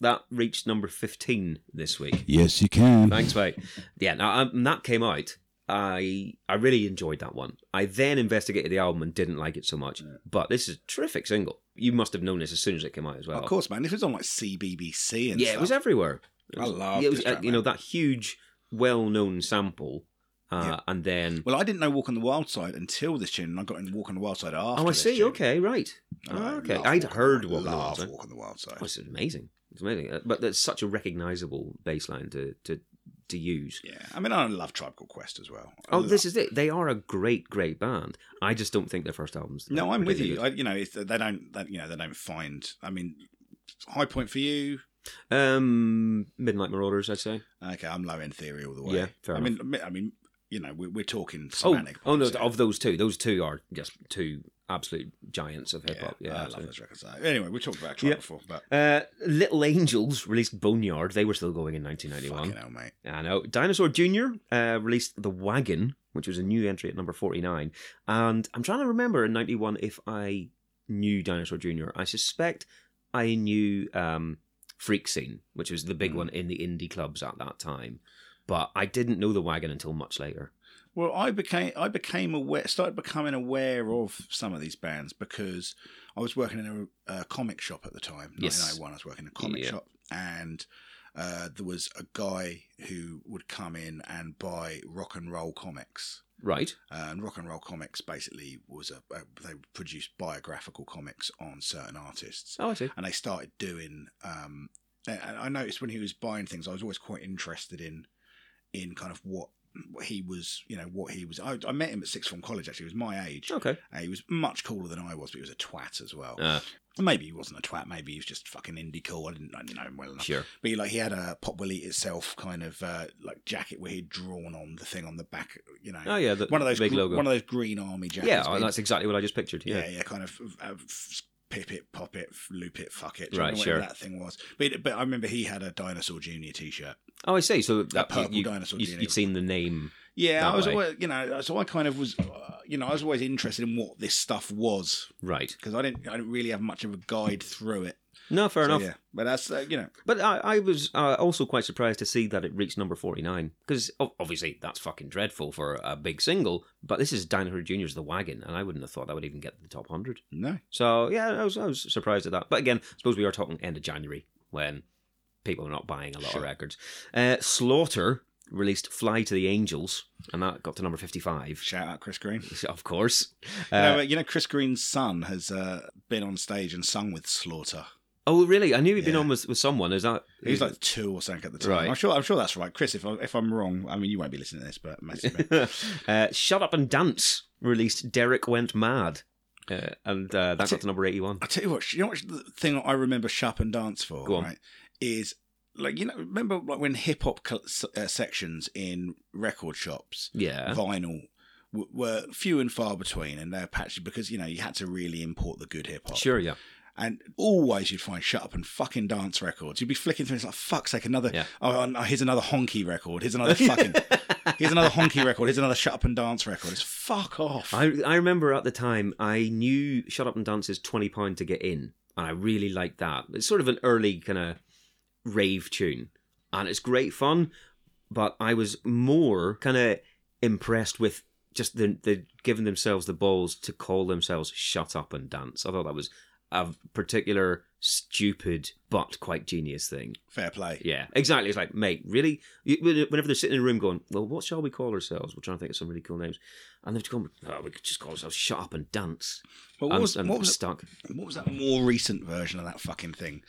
Speaker 2: That reached number 15 this week.
Speaker 3: Yes, you can.
Speaker 2: Thanks, mate. Yeah, now um, that came out. I I really enjoyed that one. I then investigated the album and didn't like it so much. But this is a terrific single. You must have known this as soon as it came out as well.
Speaker 3: Of course, man. This was on like CBBC and
Speaker 2: Yeah, it was
Speaker 3: stuff.
Speaker 2: everywhere. It
Speaker 3: I
Speaker 2: was-
Speaker 3: love
Speaker 2: yeah, it was,
Speaker 3: this
Speaker 2: uh,
Speaker 3: track,
Speaker 2: you know
Speaker 3: man.
Speaker 2: that huge, well-known sample, uh,
Speaker 3: Yeah.
Speaker 2: and then.
Speaker 3: Well, I didn't know Walk on the Wild Side until this tune, and I got in Walk on the Wild Side after.
Speaker 2: Oh, I
Speaker 3: this
Speaker 2: see.
Speaker 3: tune.
Speaker 2: Okay, right.
Speaker 3: And I
Speaker 2: Ah, okay,
Speaker 3: love Walk
Speaker 2: I'd
Speaker 3: on the
Speaker 2: heard
Speaker 3: Wild-
Speaker 2: Walk on the Wild
Speaker 3: love
Speaker 2: Side.
Speaker 3: Walk on the Wild Side.
Speaker 2: Oh, it's amazing. It's amazing. Uh, But that's such a recognisable baseline to to to use.
Speaker 3: Yeah, I mean, I love Tribe Called Quest as well. I
Speaker 2: Oh,
Speaker 3: love-
Speaker 2: this is it. They are a great, great band. I just don't think their first albums.
Speaker 3: No, I'm with
Speaker 2: particularly
Speaker 3: you. I, you know, it's, they don't. They, you know, they don't find. I mean, high point for you.
Speaker 2: good. Um, Midnight Marauders, I'd say.
Speaker 3: Okay, I'm low in theory all the way.
Speaker 2: Yeah, fair
Speaker 3: I mean, I mean, you know, we're, we're talking semantic.
Speaker 2: oh, oh no,
Speaker 3: points here.
Speaker 2: of those two, those two are just two absolute giants of hip hop.
Speaker 3: I
Speaker 2: Yeah,
Speaker 3: love
Speaker 2: absolutely.
Speaker 3: those records. Anyway, we talked about Tribe
Speaker 2: Yeah.
Speaker 3: before, but
Speaker 2: Uh, Little Angels released Boneyard. They were still going in
Speaker 3: fucking
Speaker 2: 1991.
Speaker 3: hell, mate.
Speaker 2: I know. Dinosaur Jr. Uh, released The Wagon, which was a new entry at number 49. And I'm trying to remember in 91 if I knew Dinosaur Jr. I suspect I knew um, Freak Scene, which was the big
Speaker 3: Mm.
Speaker 2: one in the indie clubs at that time. But I didn't know The Wagon until much later.
Speaker 3: Well, I became I became aware, started becoming aware of some of these bands because I was working in a, a comic shop at the time.
Speaker 2: Yes.
Speaker 3: 1991, I was working in a comic
Speaker 2: Yeah.
Speaker 3: shop, and uh, there was a guy who would come in and buy rock and roll comics. Uh,
Speaker 2: Right.
Speaker 3: And rock and roll comics basically was a, a they produced biographical comics on certain artists
Speaker 2: Oh, I see.
Speaker 3: and they started doing um and i noticed when he was buying things i was always quite interested in in kind of what what he was you know what he was i, I met him at sixth form college actually he was my age
Speaker 2: Okay.
Speaker 3: and he was much cooler than i was but he was a twat as well
Speaker 2: Uh,
Speaker 3: maybe he wasn't a twat maybe he was just fucking indie cool i didn't, I didn't know him well enough
Speaker 2: sure.
Speaker 3: but he, like he had a pop will eat itself kind of uh, like jacket where he'd drawn on the thing on the back you know
Speaker 2: Oh yeah, the,
Speaker 3: one of those
Speaker 2: big
Speaker 3: gr-
Speaker 2: logo.
Speaker 3: one of those green army jackets
Speaker 2: yeah,
Speaker 3: but
Speaker 2: oh,
Speaker 3: he'd
Speaker 2: that's exactly what I just pictured.
Speaker 3: yeah,
Speaker 2: Yeah,
Speaker 3: yeah, kind of uh, f- pip it, pop it, f- loop it, fuck it, do you know,
Speaker 2: Right,
Speaker 3: whatever
Speaker 2: sure.
Speaker 3: that thing was. But but I remember he had a dinosaur junior T-shirt,
Speaker 2: Oh, I see. So that
Speaker 3: a purple
Speaker 2: you,
Speaker 3: dinosaur
Speaker 2: you,
Speaker 3: junior.
Speaker 2: would seen the name.
Speaker 3: yeah,
Speaker 2: that
Speaker 3: I was
Speaker 2: way.
Speaker 3: always, you know, so I kind of was, uh, you know, I was always interested in what this stuff was
Speaker 2: Right.
Speaker 3: because I didn't, I didn't really have much of a guide through it.
Speaker 2: No, fair
Speaker 3: So,
Speaker 2: enough.
Speaker 3: Yeah, but that's uh, you know,
Speaker 2: But I, I was uh, also quite surprised to see that it reached number 49 because obviously that's fucking dreadful for a big single. But this is Dinosaur Jr.'s The Wagon, and I wouldn't have thought that would even get to the top 100.
Speaker 3: no,
Speaker 2: So yeah, I was, I was surprised at that. But again, I suppose we are talking end of January when people are not buying a lot
Speaker 3: Sure.
Speaker 2: of records. Uh, Slaughter released Fly to the Angels, and that got to number 55.
Speaker 3: shout out Chris Green.
Speaker 2: Of course. Uh,
Speaker 3: you, know, uh, you know, Chris Green's son has uh, been on stage and sung with Slaughter.
Speaker 2: Oh, really? I knew he'd been
Speaker 3: Yeah.
Speaker 2: on with, with someone. Is that
Speaker 3: He was like two or something at the time.
Speaker 2: Right.
Speaker 3: I'm sure, I'm sure that's right, Chris. If I, if I'm wrong, I mean, you won't be listening to this, but message me.
Speaker 2: uh, "Shut Up and Dance" released. Derek went mad, uh, and uh, that got to number eighty-one.
Speaker 3: I tell you what, you know what the thing I remember Sharp and Dance for,
Speaker 2: Go on.
Speaker 3: right? Is like you know, remember like when hip hop col- s- uh, sections in record shops,
Speaker 2: Yeah,
Speaker 3: vinyl w- were few and far between, and they're patchy because you know you had to really import the good hip hop.
Speaker 2: sure, yeah,
Speaker 3: And always you'd find Shut Up and fucking Dance records. You'd be flicking through, and it's like fuck's sake, another
Speaker 2: Yeah.
Speaker 3: oh, oh, here's another honky record, here's another fucking, here's another honky record, here's another Shut Up and Dance record. It's fuck off.
Speaker 2: I I remember at the time I knew "Shut Up and Dance" is twenty pound to get in, and I really liked that. It's sort of an early kind of rave tune, and it's great fun. But I was more kind of impressed with just the the giving themselves the balls to call themselves "Shut Up and Dance." I thought that was a particular stupid but quite genius thing.
Speaker 3: Fair play.
Speaker 2: Yeah, exactly. It's like, mate, really? You, whenever they're sitting in a room going, well, what shall we call ourselves? We're trying to think of some really cool names. And they've gone, oh, we could just call ourselves Shut Up and Dance.
Speaker 3: But what
Speaker 2: and,
Speaker 3: was-
Speaker 2: and
Speaker 3: what was-
Speaker 2: stuck.
Speaker 3: What was that more recent version of that fucking thing?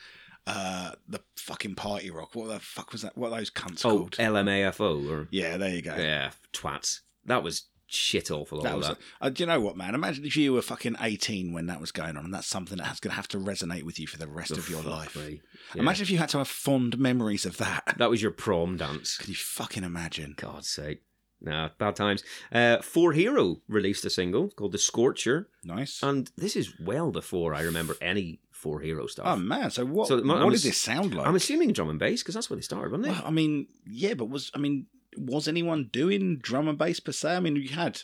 Speaker 3: Uh, the fucking party rock. What the fuck was that? What are those cunts
Speaker 2: Oh,
Speaker 3: called?
Speaker 2: LMAFO or,
Speaker 3: yeah, there you go.
Speaker 2: yeah, twats. That was shit awful, all
Speaker 3: That was.
Speaker 2: that.
Speaker 3: uh, do you know what, man? Imagine if you were fucking eighteen when that was going on, and that's something that's going to have to resonate with you for the rest
Speaker 2: The
Speaker 3: of your
Speaker 2: fuck,
Speaker 3: life.
Speaker 2: mate. Yeah.
Speaker 3: Imagine if you had to have fond memories of that.
Speaker 2: That was your prom dance.
Speaker 3: Can you fucking imagine?
Speaker 2: God's sake. Nah, bad times. Uh, Four Hero released a single called The Scorcher,
Speaker 3: Nice.
Speaker 2: and this is well before I remember any Four Hero stuff.
Speaker 3: oh man. So what?
Speaker 2: So, my-
Speaker 3: what
Speaker 2: I'm
Speaker 3: does
Speaker 2: ass-
Speaker 3: this sound like?
Speaker 2: I'm assuming drum and bass because that's where they started, wasn't it?
Speaker 3: Well, I mean, yeah, but was I mean, was anyone doing drum and bass per se? I mean, you had,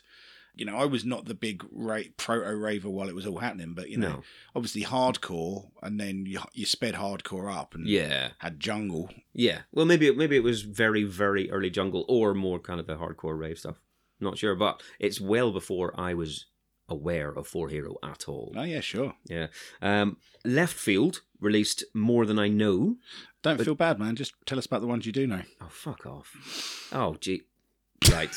Speaker 3: you know, I was not the big ra- proto raver while it was all happening, but you know,
Speaker 2: No.
Speaker 3: obviously hardcore, and then you you sped hardcore up and
Speaker 2: Yeah,
Speaker 3: had jungle.
Speaker 2: yeah. Well, maybe it, maybe it was very very early jungle or more kind of the hardcore rave stuff. Not sure, but it's well before I was aware of Four Hero at all.
Speaker 3: Oh yeah, sure.
Speaker 2: Yeah. Um, Left Field released More Than I Know.
Speaker 3: Don't feel bad, man. Just tell us about the ones you do know.
Speaker 2: Oh, fuck off. Oh, gee. Right.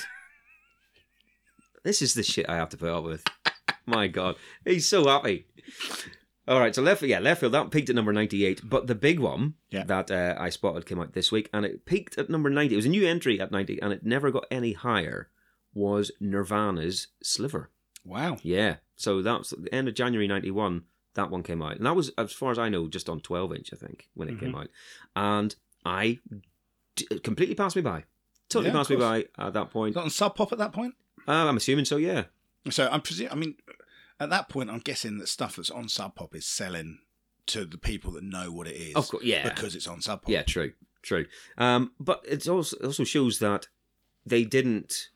Speaker 2: this is the shit I have to put up with. My God. He's so happy. All right, so left, yeah, left field that peaked at number ninety-eight, but the big one
Speaker 3: Yeah.
Speaker 2: that uh, I spotted came out this week, and it peaked at number ninety. It was a new entry at ninety, and it never got any higher. Was Nirvana's Sliver?
Speaker 3: Wow.
Speaker 2: Yeah, so that was at the end of January ninety-one. That one came out, and that was, as far as I know, just on twelve-inch, I think, when it
Speaker 3: Mm-hmm.
Speaker 2: came out, and I d- it completely passed me by, totally
Speaker 3: Yeah, of
Speaker 2: passed me by
Speaker 3: course.
Speaker 2: at that point.
Speaker 3: Was that on Sub Pop at that point?
Speaker 2: Uh, I'm assuming so, yeah.
Speaker 3: So I'm presuming. I mean, at that point, I'm guessing that stuff that's on Sub Pop is selling to the people that know what it is.
Speaker 2: Of course, yeah.
Speaker 3: Because it's on Sub Pop.
Speaker 2: Yeah, true, true. Um, but it also it also shows that they didn't.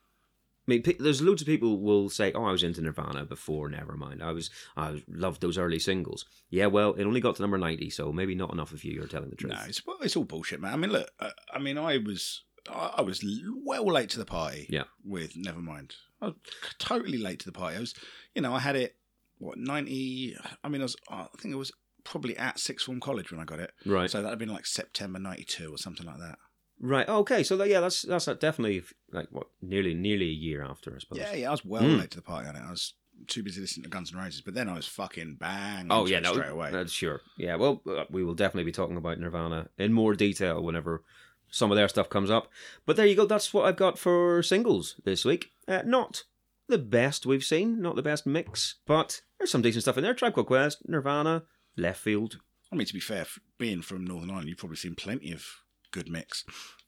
Speaker 2: I mean, pe- there's loads of people will say, "Oh, I was into Nirvana before Nevermind. I was, I loved those early singles." Yeah, well, it only got to number ninety, so maybe not enough of you are telling the truth.
Speaker 3: No, it's well, it's all bullshit, man. I mean, look, I, I mean, I was I I was l- well late to the party.
Speaker 2: Yeah.
Speaker 3: With Nevermind, I was c- totally late to the party. I was, you know, I had it what ninety. I mean, I was uh, I think it was probably at sixth form college when I got it.
Speaker 2: Right,
Speaker 3: So that'd have been like September ninety two or something like that.
Speaker 2: right, okay. So that, yeah, that's that's definitely like what nearly nearly a year after, I suppose.
Speaker 3: Yeah, yeah, I was well
Speaker 2: Mm.
Speaker 3: late to the party on it. I was too busy listening to Guns N' Roses, but then I was fucking bang.
Speaker 2: Oh
Speaker 3: into
Speaker 2: yeah,
Speaker 3: it
Speaker 2: no,
Speaker 3: straight away.
Speaker 2: uh, sure. Yeah, well, uh, we will definitely be talking about Nirvana in more detail whenever some of their stuff comes up. But there you go. That's what I've got for singles this week. Uh, not the best we've seen, not the best mix, but there's some decent stuff in there. Tribe Called Quest, Nirvana, Left Field.
Speaker 3: I mean, to be fair, f- being from Northern Ireland, you've probably seen plenty of good mix.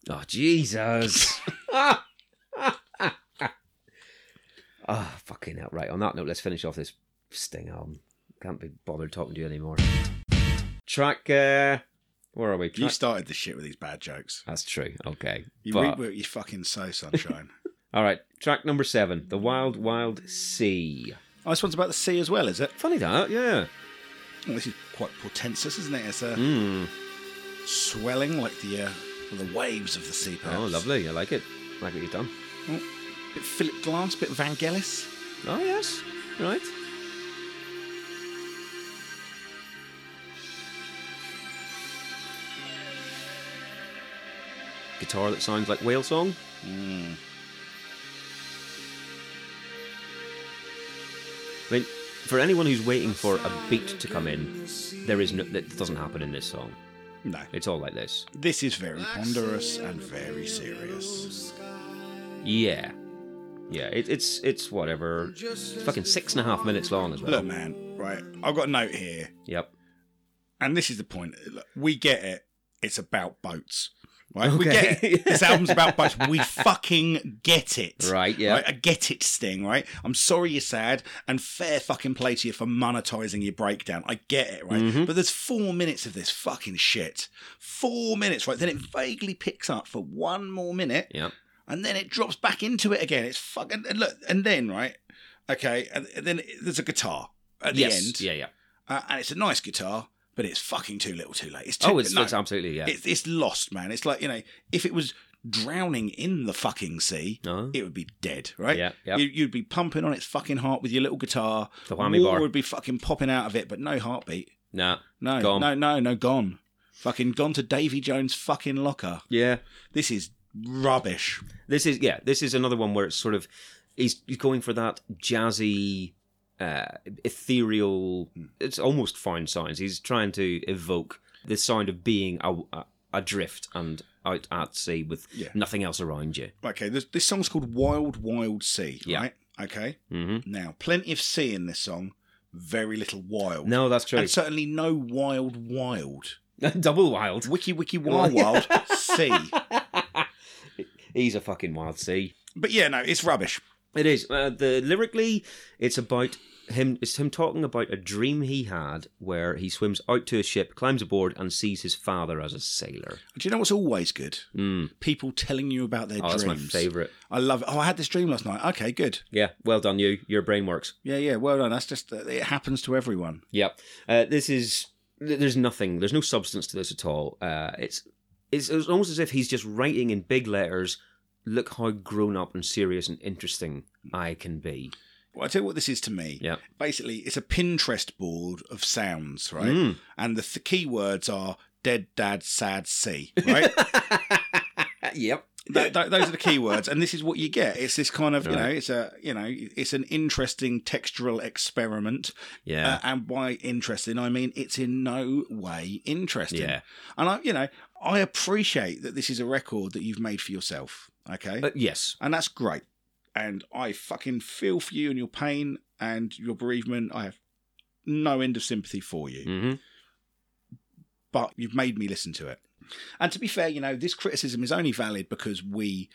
Speaker 2: Oh Jesus! ah, Ah, fucking hell! Right. On that note, let's finish off this Sting album. Can't be bothered talking to you anymore. Track. Uh, where are we?
Speaker 3: You
Speaker 2: Track-
Speaker 3: started the shit with these bad jokes.
Speaker 2: That's true. Okay.
Speaker 3: You
Speaker 2: But-
Speaker 3: reap what you fucking sow, sunshine.
Speaker 2: all right, track number seven, The Wild Wild Sea.
Speaker 3: oh, this one's about the sea as well, is it?
Speaker 2: Funny that, yeah.
Speaker 3: Oh, this is quite portentous, isn't it? It's uh,
Speaker 2: Mm.
Speaker 3: swelling like the uh, the waves of the sea. Perhaps.
Speaker 2: Oh, lovely. I like it. like what you've done.
Speaker 3: Bit Philip Glass, bit Vangelis.
Speaker 2: Oh, yes. Right. Guitar that sounds like whale song.
Speaker 3: Hmm.
Speaker 2: I mean, for anyone who's waiting for a beat to come in, there is no, that doesn't happen in this song.
Speaker 3: No,
Speaker 2: It's all like this.
Speaker 3: this is very ponderous and very serious.
Speaker 2: Yeah, yeah. It, it's it's whatever. It's fucking six and a half minutes long as well.
Speaker 3: Look, man, right? I've got a note here,
Speaker 2: Yep.
Speaker 3: and this is the point. Look, we get it. It's about boats. Right, we
Speaker 2: Okay.
Speaker 3: get it. This album's about boats. We fucking get it.
Speaker 2: Right. Yeah.
Speaker 3: Right, I get it, Sting, right? I'm sorry you're sad, and fair fucking play to you for monetizing your breakdown. I get it, right?
Speaker 2: Mm-hmm.
Speaker 3: But there's four minutes of this fucking shit. Four minutes, right? Then it vaguely picks up for one more minute,
Speaker 2: Yep.
Speaker 3: and then it drops back into it again. It's fucking. And look, and then, right? Okay, and and then there's a guitar at the
Speaker 2: yes.
Speaker 3: end,
Speaker 2: Yeah. Yeah.
Speaker 3: uh, and it's a nice guitar, but it's fucking too little too late. It's too,
Speaker 2: Oh, it's,
Speaker 3: no.
Speaker 2: it's absolutely yeah.
Speaker 3: It's, it's lost, man. It's like, you know, if it was drowning in the fucking sea,
Speaker 2: Oh.
Speaker 3: it would be dead, right?
Speaker 2: Yeah, yeah.
Speaker 3: You, you'd be pumping on its fucking heart with your little guitar.
Speaker 2: The whammy
Speaker 3: Water
Speaker 2: bar.
Speaker 3: would be fucking popping out of it, but no heartbeat.
Speaker 2: Nah.
Speaker 3: No,
Speaker 2: Gone.
Speaker 3: no, no, no, gone. Fucking gone to Davy Jones' fucking locker.
Speaker 2: Yeah.
Speaker 3: This is rubbish.
Speaker 2: This is yeah. This is another one where it's sort of he's he's going for that jazzy, uh, ethereal. It's almost found sounds. He's trying to evoke the sound of being a, a, adrift and out at sea with
Speaker 3: Yeah.
Speaker 2: nothing else around you.
Speaker 3: Okay, this, this song's called Wild Wild Sea,
Speaker 2: Yeah.
Speaker 3: right? Okay.
Speaker 2: hmm
Speaker 3: Now, plenty of sea in this song, very little wild.
Speaker 2: No, that's true.
Speaker 3: And certainly no wild wild.
Speaker 2: Double wild.
Speaker 3: Wiki wiki wild wild sea.
Speaker 2: He's a fucking wild sea.
Speaker 3: But yeah, no, it's rubbish.
Speaker 2: It is uh, the lyrically. It's about him. It's him talking about a dream he had where he swims out to a ship, climbs aboard, and sees his father as a sailor.
Speaker 3: Do you know what's always good?
Speaker 2: Mm.
Speaker 3: People telling you about their
Speaker 2: Oh,
Speaker 3: dreams.
Speaker 2: that's my favorite.
Speaker 3: I love it. Oh, I had this dream last night. Okay, good.
Speaker 2: Yeah, well done, you. Your brain works.
Speaker 3: Yeah, yeah, well done. That's just, uh, it happens to everyone.
Speaker 2: Yep. Uh, this is. th- There's nothing. There's no substance to this at all. Uh, it's, it's it's almost as if he's just writing in big letters. Look how grown up and serious and interesting I can be.
Speaker 3: Well, I tell you what this is to me.
Speaker 2: Yeah.
Speaker 3: Basically, it's a Pinterest board of sounds, right?
Speaker 2: Mm.
Speaker 3: And the th- key words are dead, dad, sad, sea, right?
Speaker 2: Mm. yep.
Speaker 3: Th- th- those are the key words, and this is what you get. It's this kind of, you know,
Speaker 2: Right.
Speaker 3: it's a, you know, it's an interesting textural experiment.
Speaker 2: Yeah.
Speaker 3: Uh, and by interesting, I mean it's in no way interesting.
Speaker 2: Yeah.
Speaker 3: And I, you know, I appreciate that this is a record that you've made for yourself. Okay.
Speaker 2: Uh, yes.
Speaker 3: and that's great. And I fucking feel for you and your pain and your bereavement. I have no end of sympathy for you,
Speaker 2: hmm
Speaker 3: but you've made me listen to it. And to be fair, you know, this criticism is only valid because we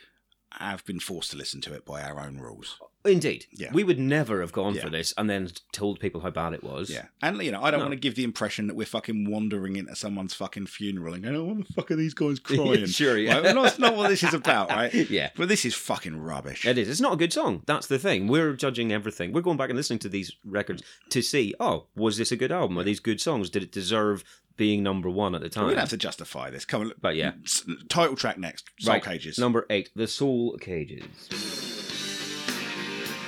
Speaker 3: have been forced to listen to it by our own rules.
Speaker 2: Indeed.
Speaker 3: Yeah.
Speaker 2: We would never have gone
Speaker 3: Yeah.
Speaker 2: for this and then told people how bad it was.
Speaker 3: Yeah. And, you know, I don't
Speaker 2: No.
Speaker 3: want to give the impression that we're fucking wandering into someone's fucking funeral and going, oh, what the fuck are these guys crying?
Speaker 2: Sure, yeah.
Speaker 3: Right? Well, that's not what this is about, right?
Speaker 2: Yeah.
Speaker 3: But this is fucking rubbish.
Speaker 2: It is. It's not a good song. That's the thing. We're judging everything. We're going back and listening to these records to see, oh, was this a good album? Are these good songs? Did it deserve being number one at the
Speaker 3: we
Speaker 2: time?
Speaker 3: don't have to justify this. Come on. look.
Speaker 2: But yeah.
Speaker 3: S- Title track next. Soul
Speaker 2: Right.
Speaker 3: Cages.
Speaker 2: Number eight, The Soul Cages.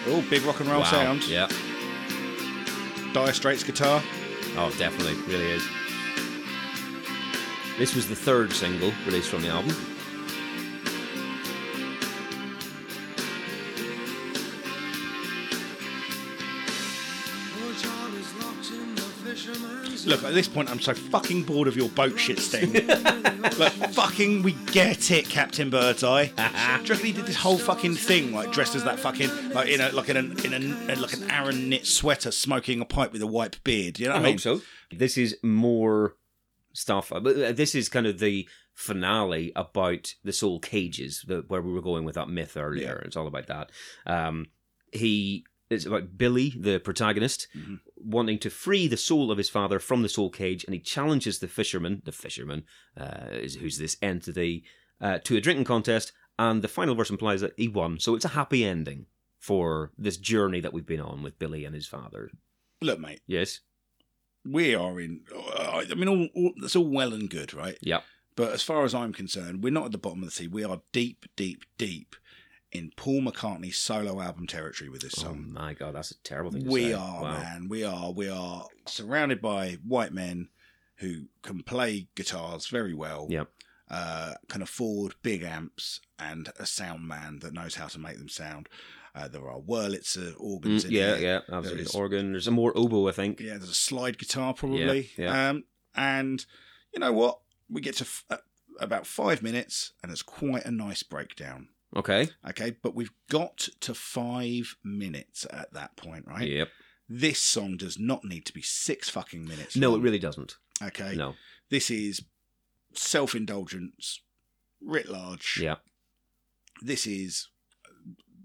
Speaker 3: Oh, big rock and roll
Speaker 2: Wow.
Speaker 3: sound.
Speaker 2: Yeah.
Speaker 3: Dire Straits guitar.
Speaker 2: Oh, definitely. Really is. This was the third single released from the album.
Speaker 3: Look, at this point, I'm so fucking bored of your boat shit sting. Look, fucking, we get it, Captain Birdseye. Do you reckon he did this whole fucking thing, like dressed as that fucking, like in a like in an in a like an Aaron knit sweater, smoking a pipe with a white beard? You know what I, mean?
Speaker 2: This is more stuff. uh, but This is kind of the finale about the soul cages, the, where we were going with that myth earlier. It's all about that. Um, he it's about Billy, the protagonist, wanting to free the soul of his father from the soul cage, and he challenges the fisherman. The fisherman, uh, is, who's this entity, uh, to a drinking contest, and the final verse implies that he won. So it's a happy ending for this journey that we've been on with Billy and his father.
Speaker 3: Look, mate,
Speaker 2: Yes.
Speaker 3: we are in. I mean, all, all that's all well and good, right?
Speaker 2: Yep.
Speaker 3: But as far as I'm concerned, we're not at the bottom of the sea. We are deep, deep, deep in Paul McCartney's solo album territory with this
Speaker 2: Oh
Speaker 3: song.
Speaker 2: my god, that's a terrible thing to say.
Speaker 3: We are,
Speaker 2: Wow.
Speaker 3: man. We are. We are surrounded by white men who can play guitars very well.
Speaker 2: Yep.
Speaker 3: Uh, can afford big amps and a sound man that knows how to make them sound. Uh, there are Wurlitzer organs
Speaker 2: Mm,
Speaker 3: in
Speaker 2: yeah,
Speaker 3: here.
Speaker 2: yeah, absolutely.
Speaker 3: is-
Speaker 2: Organ. There's a more oboe, I think.
Speaker 3: Yeah, there's a slide guitar probably.
Speaker 2: Yeah, yeah.
Speaker 3: Um, and you know what? We get to f- uh, about five minutes, and it's quite a nice breakdown.
Speaker 2: Okay.
Speaker 3: Okay, but we've got to five minutes at that point, right?
Speaker 2: Yep.
Speaker 3: This song does not need to be six fucking minutes.
Speaker 2: No,
Speaker 3: long.
Speaker 2: it really doesn't.
Speaker 3: Okay.
Speaker 2: No.
Speaker 3: This is self indulgence writ large.
Speaker 2: Yeah.
Speaker 3: This is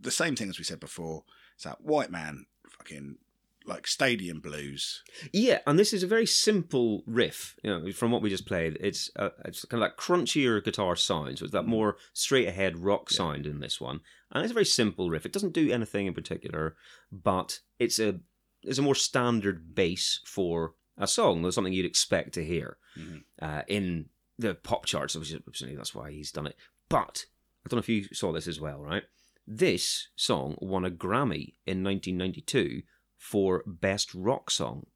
Speaker 3: the same thing as we said before. It's that white man fucking like stadium blues.
Speaker 2: Yeah, and this is a very simple riff. You know, from what we just played, it's uh, it's kind of like crunchier guitar sounds with that more straight ahead rock sound in this one, and it's a very simple riff. It doesn't do anything in particular, but it's a it's a more standard bass for a song. There's something you'd expect to hear
Speaker 3: Mhm.
Speaker 2: uh, in the pop charts. Obviously, obviously that's why he's done it. But don't know if you saw this as well, right? This song won a Grammy in 1992 for Best Rock Song,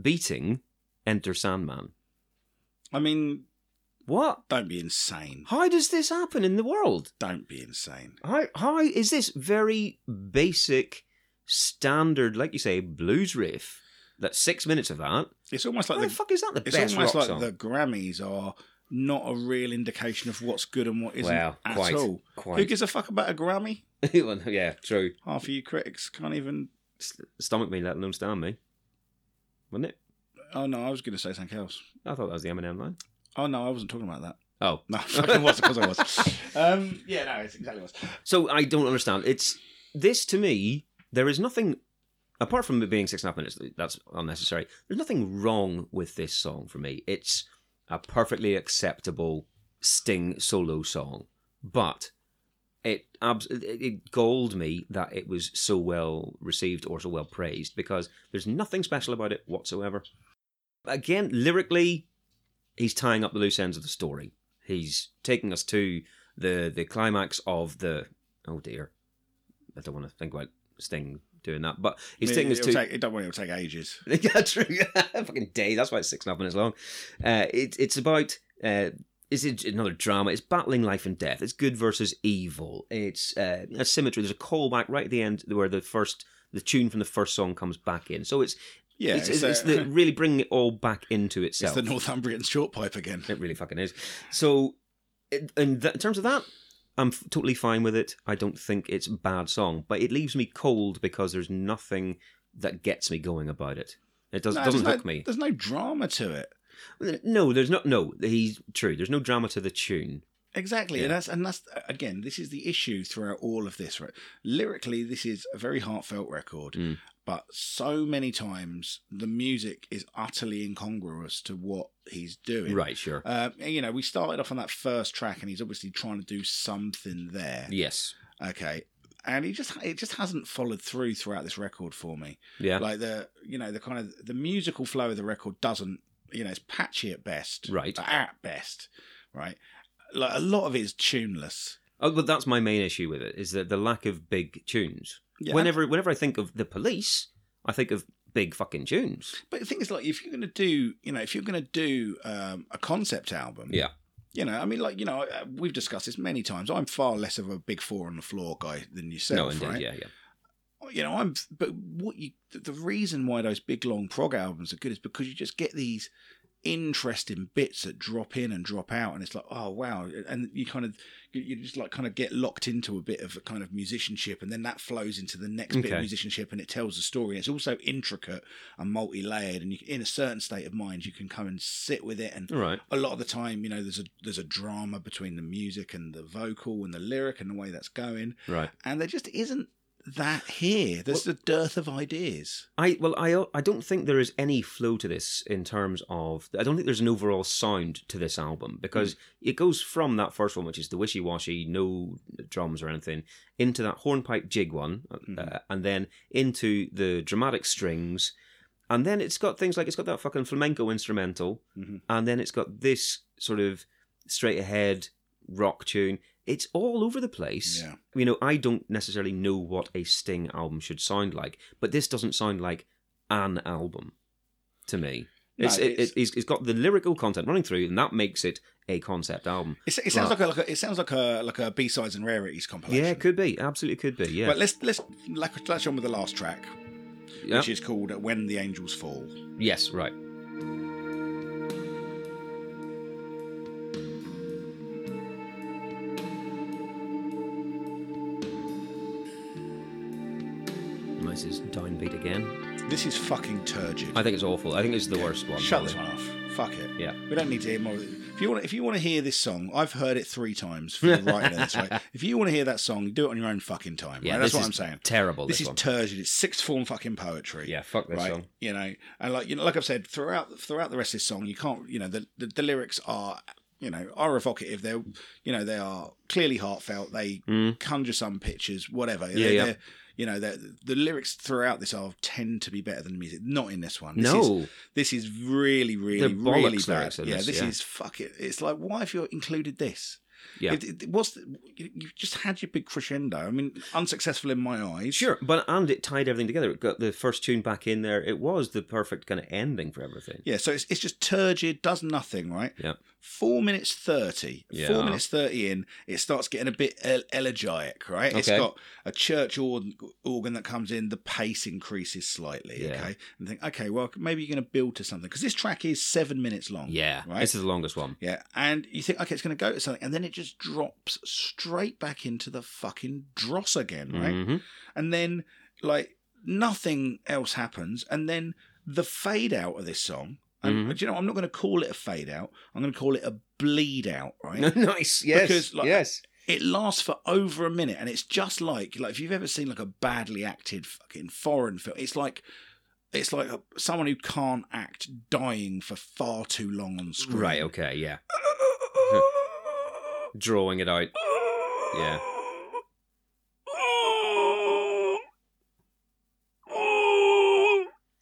Speaker 2: beating Enter Sandman.
Speaker 3: I mean,
Speaker 2: What?
Speaker 3: don't be insane.
Speaker 2: How does this happen in the world?
Speaker 3: Don't be insane.
Speaker 2: How how is this very basic standard, like you say, blues riff? That's six minutes of that.
Speaker 3: It's almost like
Speaker 2: How the,
Speaker 3: the
Speaker 2: fuck is that the
Speaker 3: it's
Speaker 2: best rock
Speaker 3: almost like
Speaker 2: song?
Speaker 3: the Grammys are not a real indication of what's good and what isn't
Speaker 2: Well,
Speaker 3: at
Speaker 2: quite,
Speaker 3: all.
Speaker 2: quite.
Speaker 3: Who gives a fuck about a Grammy?
Speaker 2: Well, yeah, true.
Speaker 3: Half of you critics can't even.
Speaker 2: S- Stomach me, let alone stand me. Wasn't it?
Speaker 3: Oh no, I was going to say something else.
Speaker 2: I thought that was the Eminem line.
Speaker 3: Oh no, I wasn't talking about that.
Speaker 2: Oh,
Speaker 3: No, I fucking was because I was. Um, yeah, no, it's exactly was.
Speaker 2: so I don't understand. It's this to me. There is nothing apart from it being six and a half minutes. That's unnecessary. There's nothing wrong with this song for me. It's a perfectly acceptable Sting solo song, but it abs- it- it galled me that it was so well received or so well praised because there's nothing special about it whatsoever. Again, lyrically, he's tying up the loose ends of the story. He's taking us to the the climax of the oh dear, I don't want to think about Sting doing that, but he's
Speaker 3: it,
Speaker 2: taking us
Speaker 3: it'll
Speaker 2: to
Speaker 3: take- don't worry, it'll take ages.
Speaker 2: yeah, true. Fucking day. That's why it's six and a half minutes long. Uh, it, it's about. Uh, it's a- another drama. It's battling life and death. It's good versus evil. It's uh, a symmetry. There's a callback right at the end where the first the tune from the first song comes back in. So it's
Speaker 3: Yeah,
Speaker 2: it's, it's,
Speaker 3: a-
Speaker 2: it's the, really bringing it all back into
Speaker 3: it's
Speaker 2: itself.
Speaker 3: the Northumbrian short pipe again.
Speaker 2: It really fucking is. So, it- in, th- in terms of that, I'm f- totally fine with it. I don't think it's a bad song, but it leaves me cold because there's nothing that gets me going about it. It does,
Speaker 3: No,
Speaker 2: doesn't
Speaker 3: there's
Speaker 2: hook
Speaker 3: no,
Speaker 2: me.
Speaker 3: There's no drama to it.
Speaker 2: No, there's not. No, he's true. There's no drama to the tune.
Speaker 3: Exactly,
Speaker 2: Yeah.
Speaker 3: and that's and that's again. This is the issue throughout all of this. Right, lyrically, this is a very heartfelt record,
Speaker 2: Mm.
Speaker 3: but so many times the music is utterly incongruous to what he's doing.
Speaker 2: Right, sure.
Speaker 3: Uh, you know, we started off on that first track, and he's obviously trying to do something there.
Speaker 2: yes.
Speaker 3: Okay, and he just it just hasn't followed through throughout this record for me.
Speaker 2: Yeah.
Speaker 3: Like the you know the kind of the musical flow of the record doesn't you know it's patchy at best,
Speaker 2: Right.
Speaker 3: At best, right. Like a lot of it is tuneless.
Speaker 2: oh, but that's my main issue with it is that the lack of big tunes.
Speaker 3: Yeah.
Speaker 2: Whenever, whenever I think of the police, I think of big fucking tunes.
Speaker 3: But the thing is, like, if you're going to do, you know, if you're going to do um, a concept album,
Speaker 2: Yeah.
Speaker 3: you know, I mean, like, you know, uh, we've discussed this many times. I'm far less of a big four on the floor guy than
Speaker 2: no,
Speaker 3: yourself,
Speaker 2: indeed.
Speaker 3: right?
Speaker 2: Yeah, yeah.
Speaker 3: You know, I'm, but what you, the- the reason why those big long prog albums are good is because you just get these interesting bits that drop in and drop out, and it's like, oh wow, and you kind of, you, you just like kind of get locked into a bit of a kind of musicianship, and then that flows into the next bit
Speaker 2: Okay.
Speaker 3: of musicianship, and it tells a story. And it's also intricate and multi-layered, and you, in a certain state of mind, you can come and sit with it and
Speaker 2: All right.
Speaker 3: a lot of the time, you know, there's a there's a drama between the music and the vocal and the lyric and the way that's going,
Speaker 2: Right.
Speaker 3: and there just isn't that here. There's a dearth of ideas.
Speaker 2: I well, I I don't think there is any flow to this in terms of. I don't think there's an overall sound to this album
Speaker 3: Mm.
Speaker 2: because it goes from that first one, which is the wishy washy, no drums or anything, into that hornpipe jig one, uh,
Speaker 3: Mhm.
Speaker 2: and then into the dramatic strings, and then it's got things like it's got that fucking flamenco instrumental,
Speaker 3: Mhm.
Speaker 2: and then it's got this sort of straight ahead rock tune. It's all over the place
Speaker 3: Yeah.
Speaker 2: you know, I don't necessarily know what a Sting album should sound like, but this doesn't sound like an album to me.
Speaker 3: No,
Speaker 2: It's, it,
Speaker 3: it's-
Speaker 2: it, it's, it's got the lyrical content running through, and that makes it a concept album.
Speaker 3: It, it sounds like
Speaker 2: Right.
Speaker 3: a, like a it sounds like a like a B sides and rarities compilation.
Speaker 2: Yeah, it could be. Absolutely could be. Yeah.
Speaker 3: But let's let's like touch on with the last track,
Speaker 2: Yeah.
Speaker 3: which is called "When the Angels Fall."
Speaker 2: yes, right. This is downbeat again.
Speaker 3: This is fucking turgid.
Speaker 2: I think it's awful. I think it's the worst one.
Speaker 3: Shut this
Speaker 2: probably.
Speaker 3: one off. Fuck it.
Speaker 2: Yeah.
Speaker 3: We don't need to hear more. Of it. If you want, if you want to hear this song, I've heard it three times for the writing of this. Right? If you want to hear that song, do it on your own fucking time.
Speaker 2: Yeah,
Speaker 3: right? That's
Speaker 2: this
Speaker 3: what
Speaker 2: is
Speaker 3: I'm saying.
Speaker 2: Terrible.
Speaker 3: This,
Speaker 2: This,
Speaker 3: is
Speaker 2: one.
Speaker 3: turgid. It's sixth form fucking poetry.
Speaker 2: yeah, fuck this
Speaker 3: Right,
Speaker 2: song.
Speaker 3: you know, and like you know, like I've said throughout throughout the rest of this song, you can't, you know, the, the, the lyrics are, you know, are evocative. They're, you know, they are clearly heartfelt. They
Speaker 2: Mm.
Speaker 3: conjure some pictures, whatever.
Speaker 2: Yeah,
Speaker 3: They're-
Speaker 2: yeah.
Speaker 3: they're- you know, they're- the lyrics throughout this are tend to be better than the music. Not in this one. This is,
Speaker 2: No,
Speaker 3: this is really, really,
Speaker 2: They're
Speaker 3: really
Speaker 2: bollocks
Speaker 3: bad.
Speaker 2: lyrics in
Speaker 3: yeah,
Speaker 2: this,
Speaker 3: this
Speaker 2: yeah.
Speaker 3: is fuck it. It's like, why have you included this?
Speaker 2: Yeah.
Speaker 3: It, it, what's the, you, you just had your big crescendo. I mean, unsuccessful in my eyes.
Speaker 2: Sure, but and it tied everything together. It got the first tune back in there. It was the perfect kind of ending for everything.
Speaker 3: Yeah, so it's, it's just turgid, does nothing, right?
Speaker 2: Yeah.
Speaker 3: Four minutes 30.
Speaker 2: Yeah.
Speaker 3: Four minutes 30 in, it starts getting a bit el- elegiac, right? It's
Speaker 2: Okay.
Speaker 3: got a church organ, organ that comes in, the pace increases slightly,
Speaker 2: Yeah.
Speaker 3: okay? And think, okay, well, maybe you're going to build to something. Because this track is seven minutes long.
Speaker 2: Yeah,
Speaker 3: Right?
Speaker 2: this is the longest one.
Speaker 3: yeah, and you think okay, it's going to go to something, and then it just drops straight back into the fucking dross again, right?
Speaker 2: Mhm.
Speaker 3: and then like nothing else happens and then the fade out of this song and
Speaker 2: Mhm.
Speaker 3: do you know i'm not going to call it a fade out i'm going to call it a bleed out right
Speaker 2: nice. Yes.
Speaker 3: Because, like-
Speaker 2: yes.
Speaker 3: it lasts for over a minute and it's just like like if you've ever seen like a badly acted fucking foreign film it's like it's like a, someone who can't act dying for far too long on screen
Speaker 2: Right. Okay. Yeah. Drawing it out. Yeah.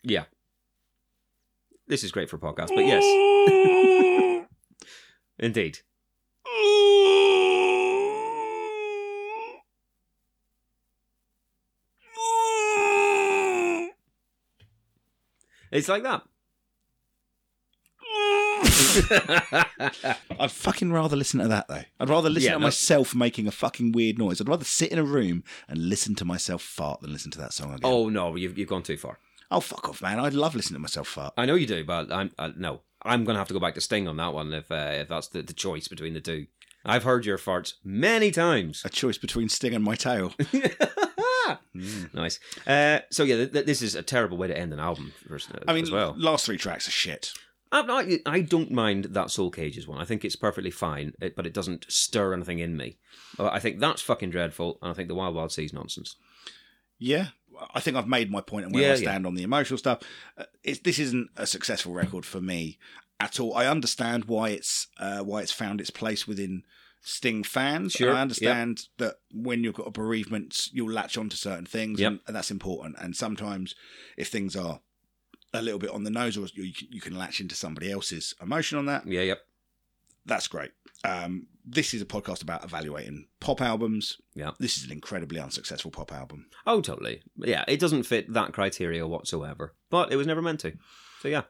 Speaker 2: Yeah. This is great for podcasts, but yes, indeed. It's like that.
Speaker 3: I'd fucking rather listen to that though. I'd rather listen
Speaker 2: Yeah,
Speaker 3: to
Speaker 2: no-
Speaker 3: myself making a fucking weird noise. I'd rather sit in a room and listen to myself fart than listen to that song again.
Speaker 2: oh no, you've you've gone too far.
Speaker 3: Oh, fuck off, man. I'd love listening to myself fart.
Speaker 2: I know you do, but I'm uh, no. I'm gonna have to go back to Sting on that one if uh, if that's the, the choice between the two. I've heard your farts many times.
Speaker 3: A choice between Sting and my tail.
Speaker 2: nice. Uh, so yeah, th- th- this is a terrible way to end an album. For, us, uh,
Speaker 3: I mean,
Speaker 2: as well,
Speaker 3: last three tracks are shit.
Speaker 2: I, I, I don't mind that Soul Cages one. I think it's perfectly fine, it, but it doesn't stir anything in me. Uh, I think that's fucking dreadful, and I think the Wild Wild Sea's nonsense.
Speaker 3: Yeah. I think I've made my point and where
Speaker 2: Yeah,
Speaker 3: I
Speaker 2: yeah.
Speaker 3: stand on the emotional stuff. Uh, it's, this isn't a successful record for me at all. I understand why it's uh, why it's found its place within Sting fans.
Speaker 2: Sure,
Speaker 3: And I understand that when you've got a bereavement, you'll latch onto certain things,
Speaker 2: Yep.
Speaker 3: and, and that's important. And sometimes, if things are a little bit on the nose, or you, you can- you can latch into somebody else's emotion on that,
Speaker 2: Yeah, yep,
Speaker 3: that's great. Um, this is a podcast about evaluating pop albums.
Speaker 2: yeah.
Speaker 3: This is an incredibly unsuccessful pop album.
Speaker 2: Oh, totally. Yeah, it doesn't fit that criteria whatsoever, but it was never meant to. So yeah,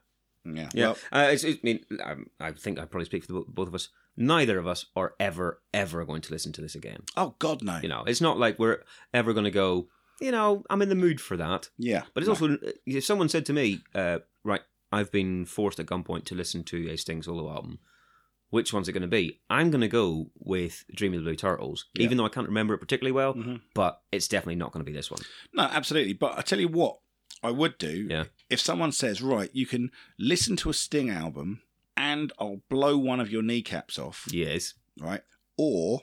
Speaker 3: Yeah.
Speaker 2: yeah.
Speaker 3: Well,
Speaker 2: uh, it's, it's- I mean, um, I think I probably speak for the, bo- both of us. Neither of us are ever, ever going to listen to this again.
Speaker 3: oh God, no.
Speaker 2: You know, it's not like we're ever going to go. You know, I'm in the mood for that.
Speaker 3: Yeah.
Speaker 2: But it's
Speaker 3: No.
Speaker 2: also if someone said to me, uh, right, I've been forced at gunpoint to listen to a Sting solo album. Which one's it going to be? I'm going to go with Dream of the Blue Turtles,
Speaker 3: Yeah.
Speaker 2: even though I can't remember it particularly well.
Speaker 3: Mhm.
Speaker 2: But it's definitely not going to be this one.
Speaker 3: No, absolutely. But I tell you what, I would do
Speaker 2: Yeah.
Speaker 3: if someone says, right, you can listen to a Sting album and I'll blow one of your kneecaps off,
Speaker 2: Yes.
Speaker 3: right? Or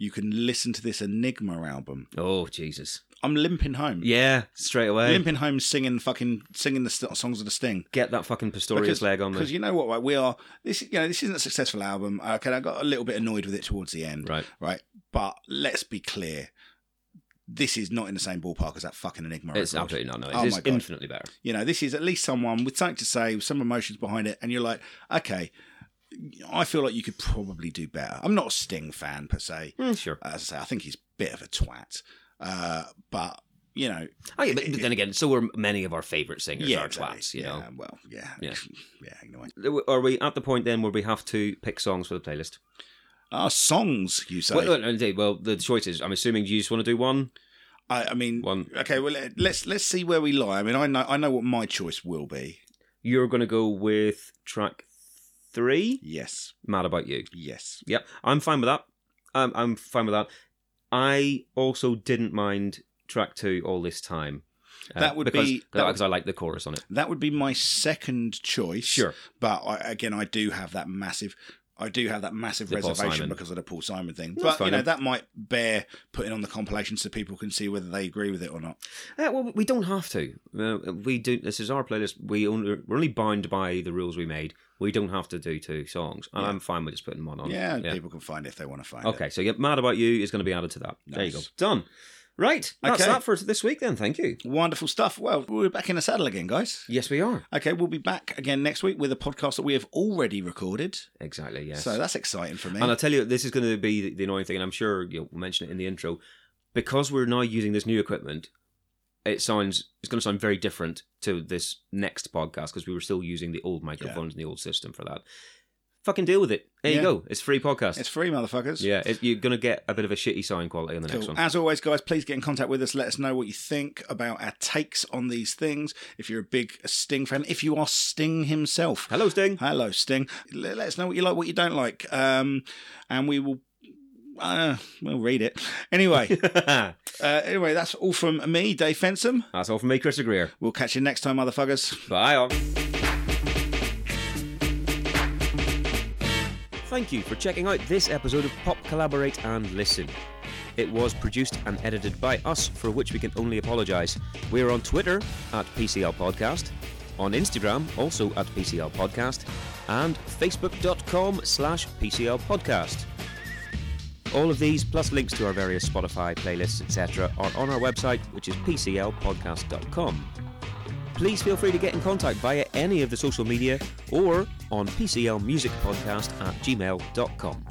Speaker 3: you can listen to this Enigma album.
Speaker 2: Oh Jesus.
Speaker 3: I'm limping home.
Speaker 2: Yeah. Straight away.
Speaker 3: Limping home singing fucking singing the st- songs of the Sting.
Speaker 2: Get that fucking Pistorius leg on there.
Speaker 3: Because you know what, right? We are this. You know, this isn't a successful album. Okay, I got a little bit annoyed with it towards the end,
Speaker 2: Right.
Speaker 3: right? But let's be clear, this is not in the same ballpark as that fucking Enigma.
Speaker 2: It's
Speaker 3: record.
Speaker 2: absolutely not. No,
Speaker 3: Oh
Speaker 2: it's
Speaker 3: my God.
Speaker 2: infinitely better.
Speaker 3: You know, this is at least someone with something to say, with some emotions behind it, and you're like, okay, I feel like you could probably do better. I'm not a Sting fan per se.
Speaker 2: Mm, sure.
Speaker 3: As I say, I think he's a bit of a twat, uh, but you know,
Speaker 2: Oh, yeah, but, but then again, so are many of our favorite singers are
Speaker 3: exactly.
Speaker 2: twats. You
Speaker 3: yeah,
Speaker 2: know.
Speaker 3: well, yeah,
Speaker 2: Yeah.
Speaker 3: yeah, anyway.
Speaker 2: Are we at the point then where we have to pick songs for the playlist?
Speaker 3: Ah, songs, you say?
Speaker 2: Well, well, indeed. Well, the choices. I'm assuming you just want to do one.
Speaker 3: I, I mean,
Speaker 2: One.
Speaker 3: okay. Well, let- let's let's see where we lie. I mean, I know I know what my choice will be.
Speaker 2: You're going to go with track three.
Speaker 3: Yes,
Speaker 2: Mad about you.
Speaker 3: yes.
Speaker 2: Yep, I'm fine with that. Um, I'm fine with that. I also didn't mind track two all this time. Uh,
Speaker 3: That would
Speaker 2: because,
Speaker 3: be- that
Speaker 2: because I like the chorus on it.
Speaker 3: That would be my second choice.
Speaker 2: Sure.
Speaker 3: but I, again, I do have that massive. I do have that massive
Speaker 2: The Paul Simon.
Speaker 3: reservation because of the Paul Simon thing.
Speaker 2: That's
Speaker 3: but
Speaker 2: fine.
Speaker 3: you know that might bear putting on the compilation so people can see whether they agree with it or not.
Speaker 2: Uh, well, we don't have to. Uh, we do. This is our playlist. We only we're only bound by the rules we made. We don't have to do two songs, and
Speaker 3: Yeah.
Speaker 2: I'm fine with just putting one on.
Speaker 3: yeah, people can find it if they want to find it.
Speaker 2: Okay, so yeah, Mad About You is going to be added to that. There you go.
Speaker 3: Nice.
Speaker 2: Done. Right. That's
Speaker 3: Okay.
Speaker 2: that for this week then. Thank you.
Speaker 3: Wonderful stuff. Well, we're back in the saddle again, guys.
Speaker 2: Yes, we are.
Speaker 3: Okay, we'll be back again next week with a podcast that we have already recorded.
Speaker 2: Exactly, yes.
Speaker 3: So that's exciting for me.
Speaker 2: and I'll tell you, this is going to be the annoying thing, and I'm sure you'll mention it in the intro. Because we're now using this new equipment, it sounds it's going to sound very different to this next podcast because we were still using the old microphones and the old system for that. Fucking deal with it. There
Speaker 3: Yeah.
Speaker 2: you go. It's free podcast.
Speaker 3: it's free, motherfuckers.
Speaker 2: yeah, it, you're going to get a bit of a shitty sound quality on the next
Speaker 3: Cool.
Speaker 2: one.
Speaker 3: As always, guys, please get in contact with us. Let us know what you think about our takes on these things. If you're a big Sting fan, if you are Sting himself,
Speaker 2: Hello, Sting.
Speaker 3: hello Sting. L- Let us know what you like, what you don't like, um, and we will. Uh, we'll read it anyway.
Speaker 2: That's
Speaker 3: uh, anyway, that's all from me, Dave Fensom.
Speaker 2: all from me, Chris Greer.
Speaker 3: We'll catch you next time, motherfuckers.
Speaker 2: Bye. all. Thank you for checking out this episode of Pop Collaborate and Listen. It was produced and edited by us, for which we can only apologise. We are on Twitter at PCL Podcast, on Instagram also at PCL Podcast, and Facebook.com slash PCL Podcast. All of these, plus links to our various Spotify playlists, etc., are on our website, which is PCLpodcast.com please feel free to get in contact via any of the social media or on PCLmusicpodcast at gmail.com.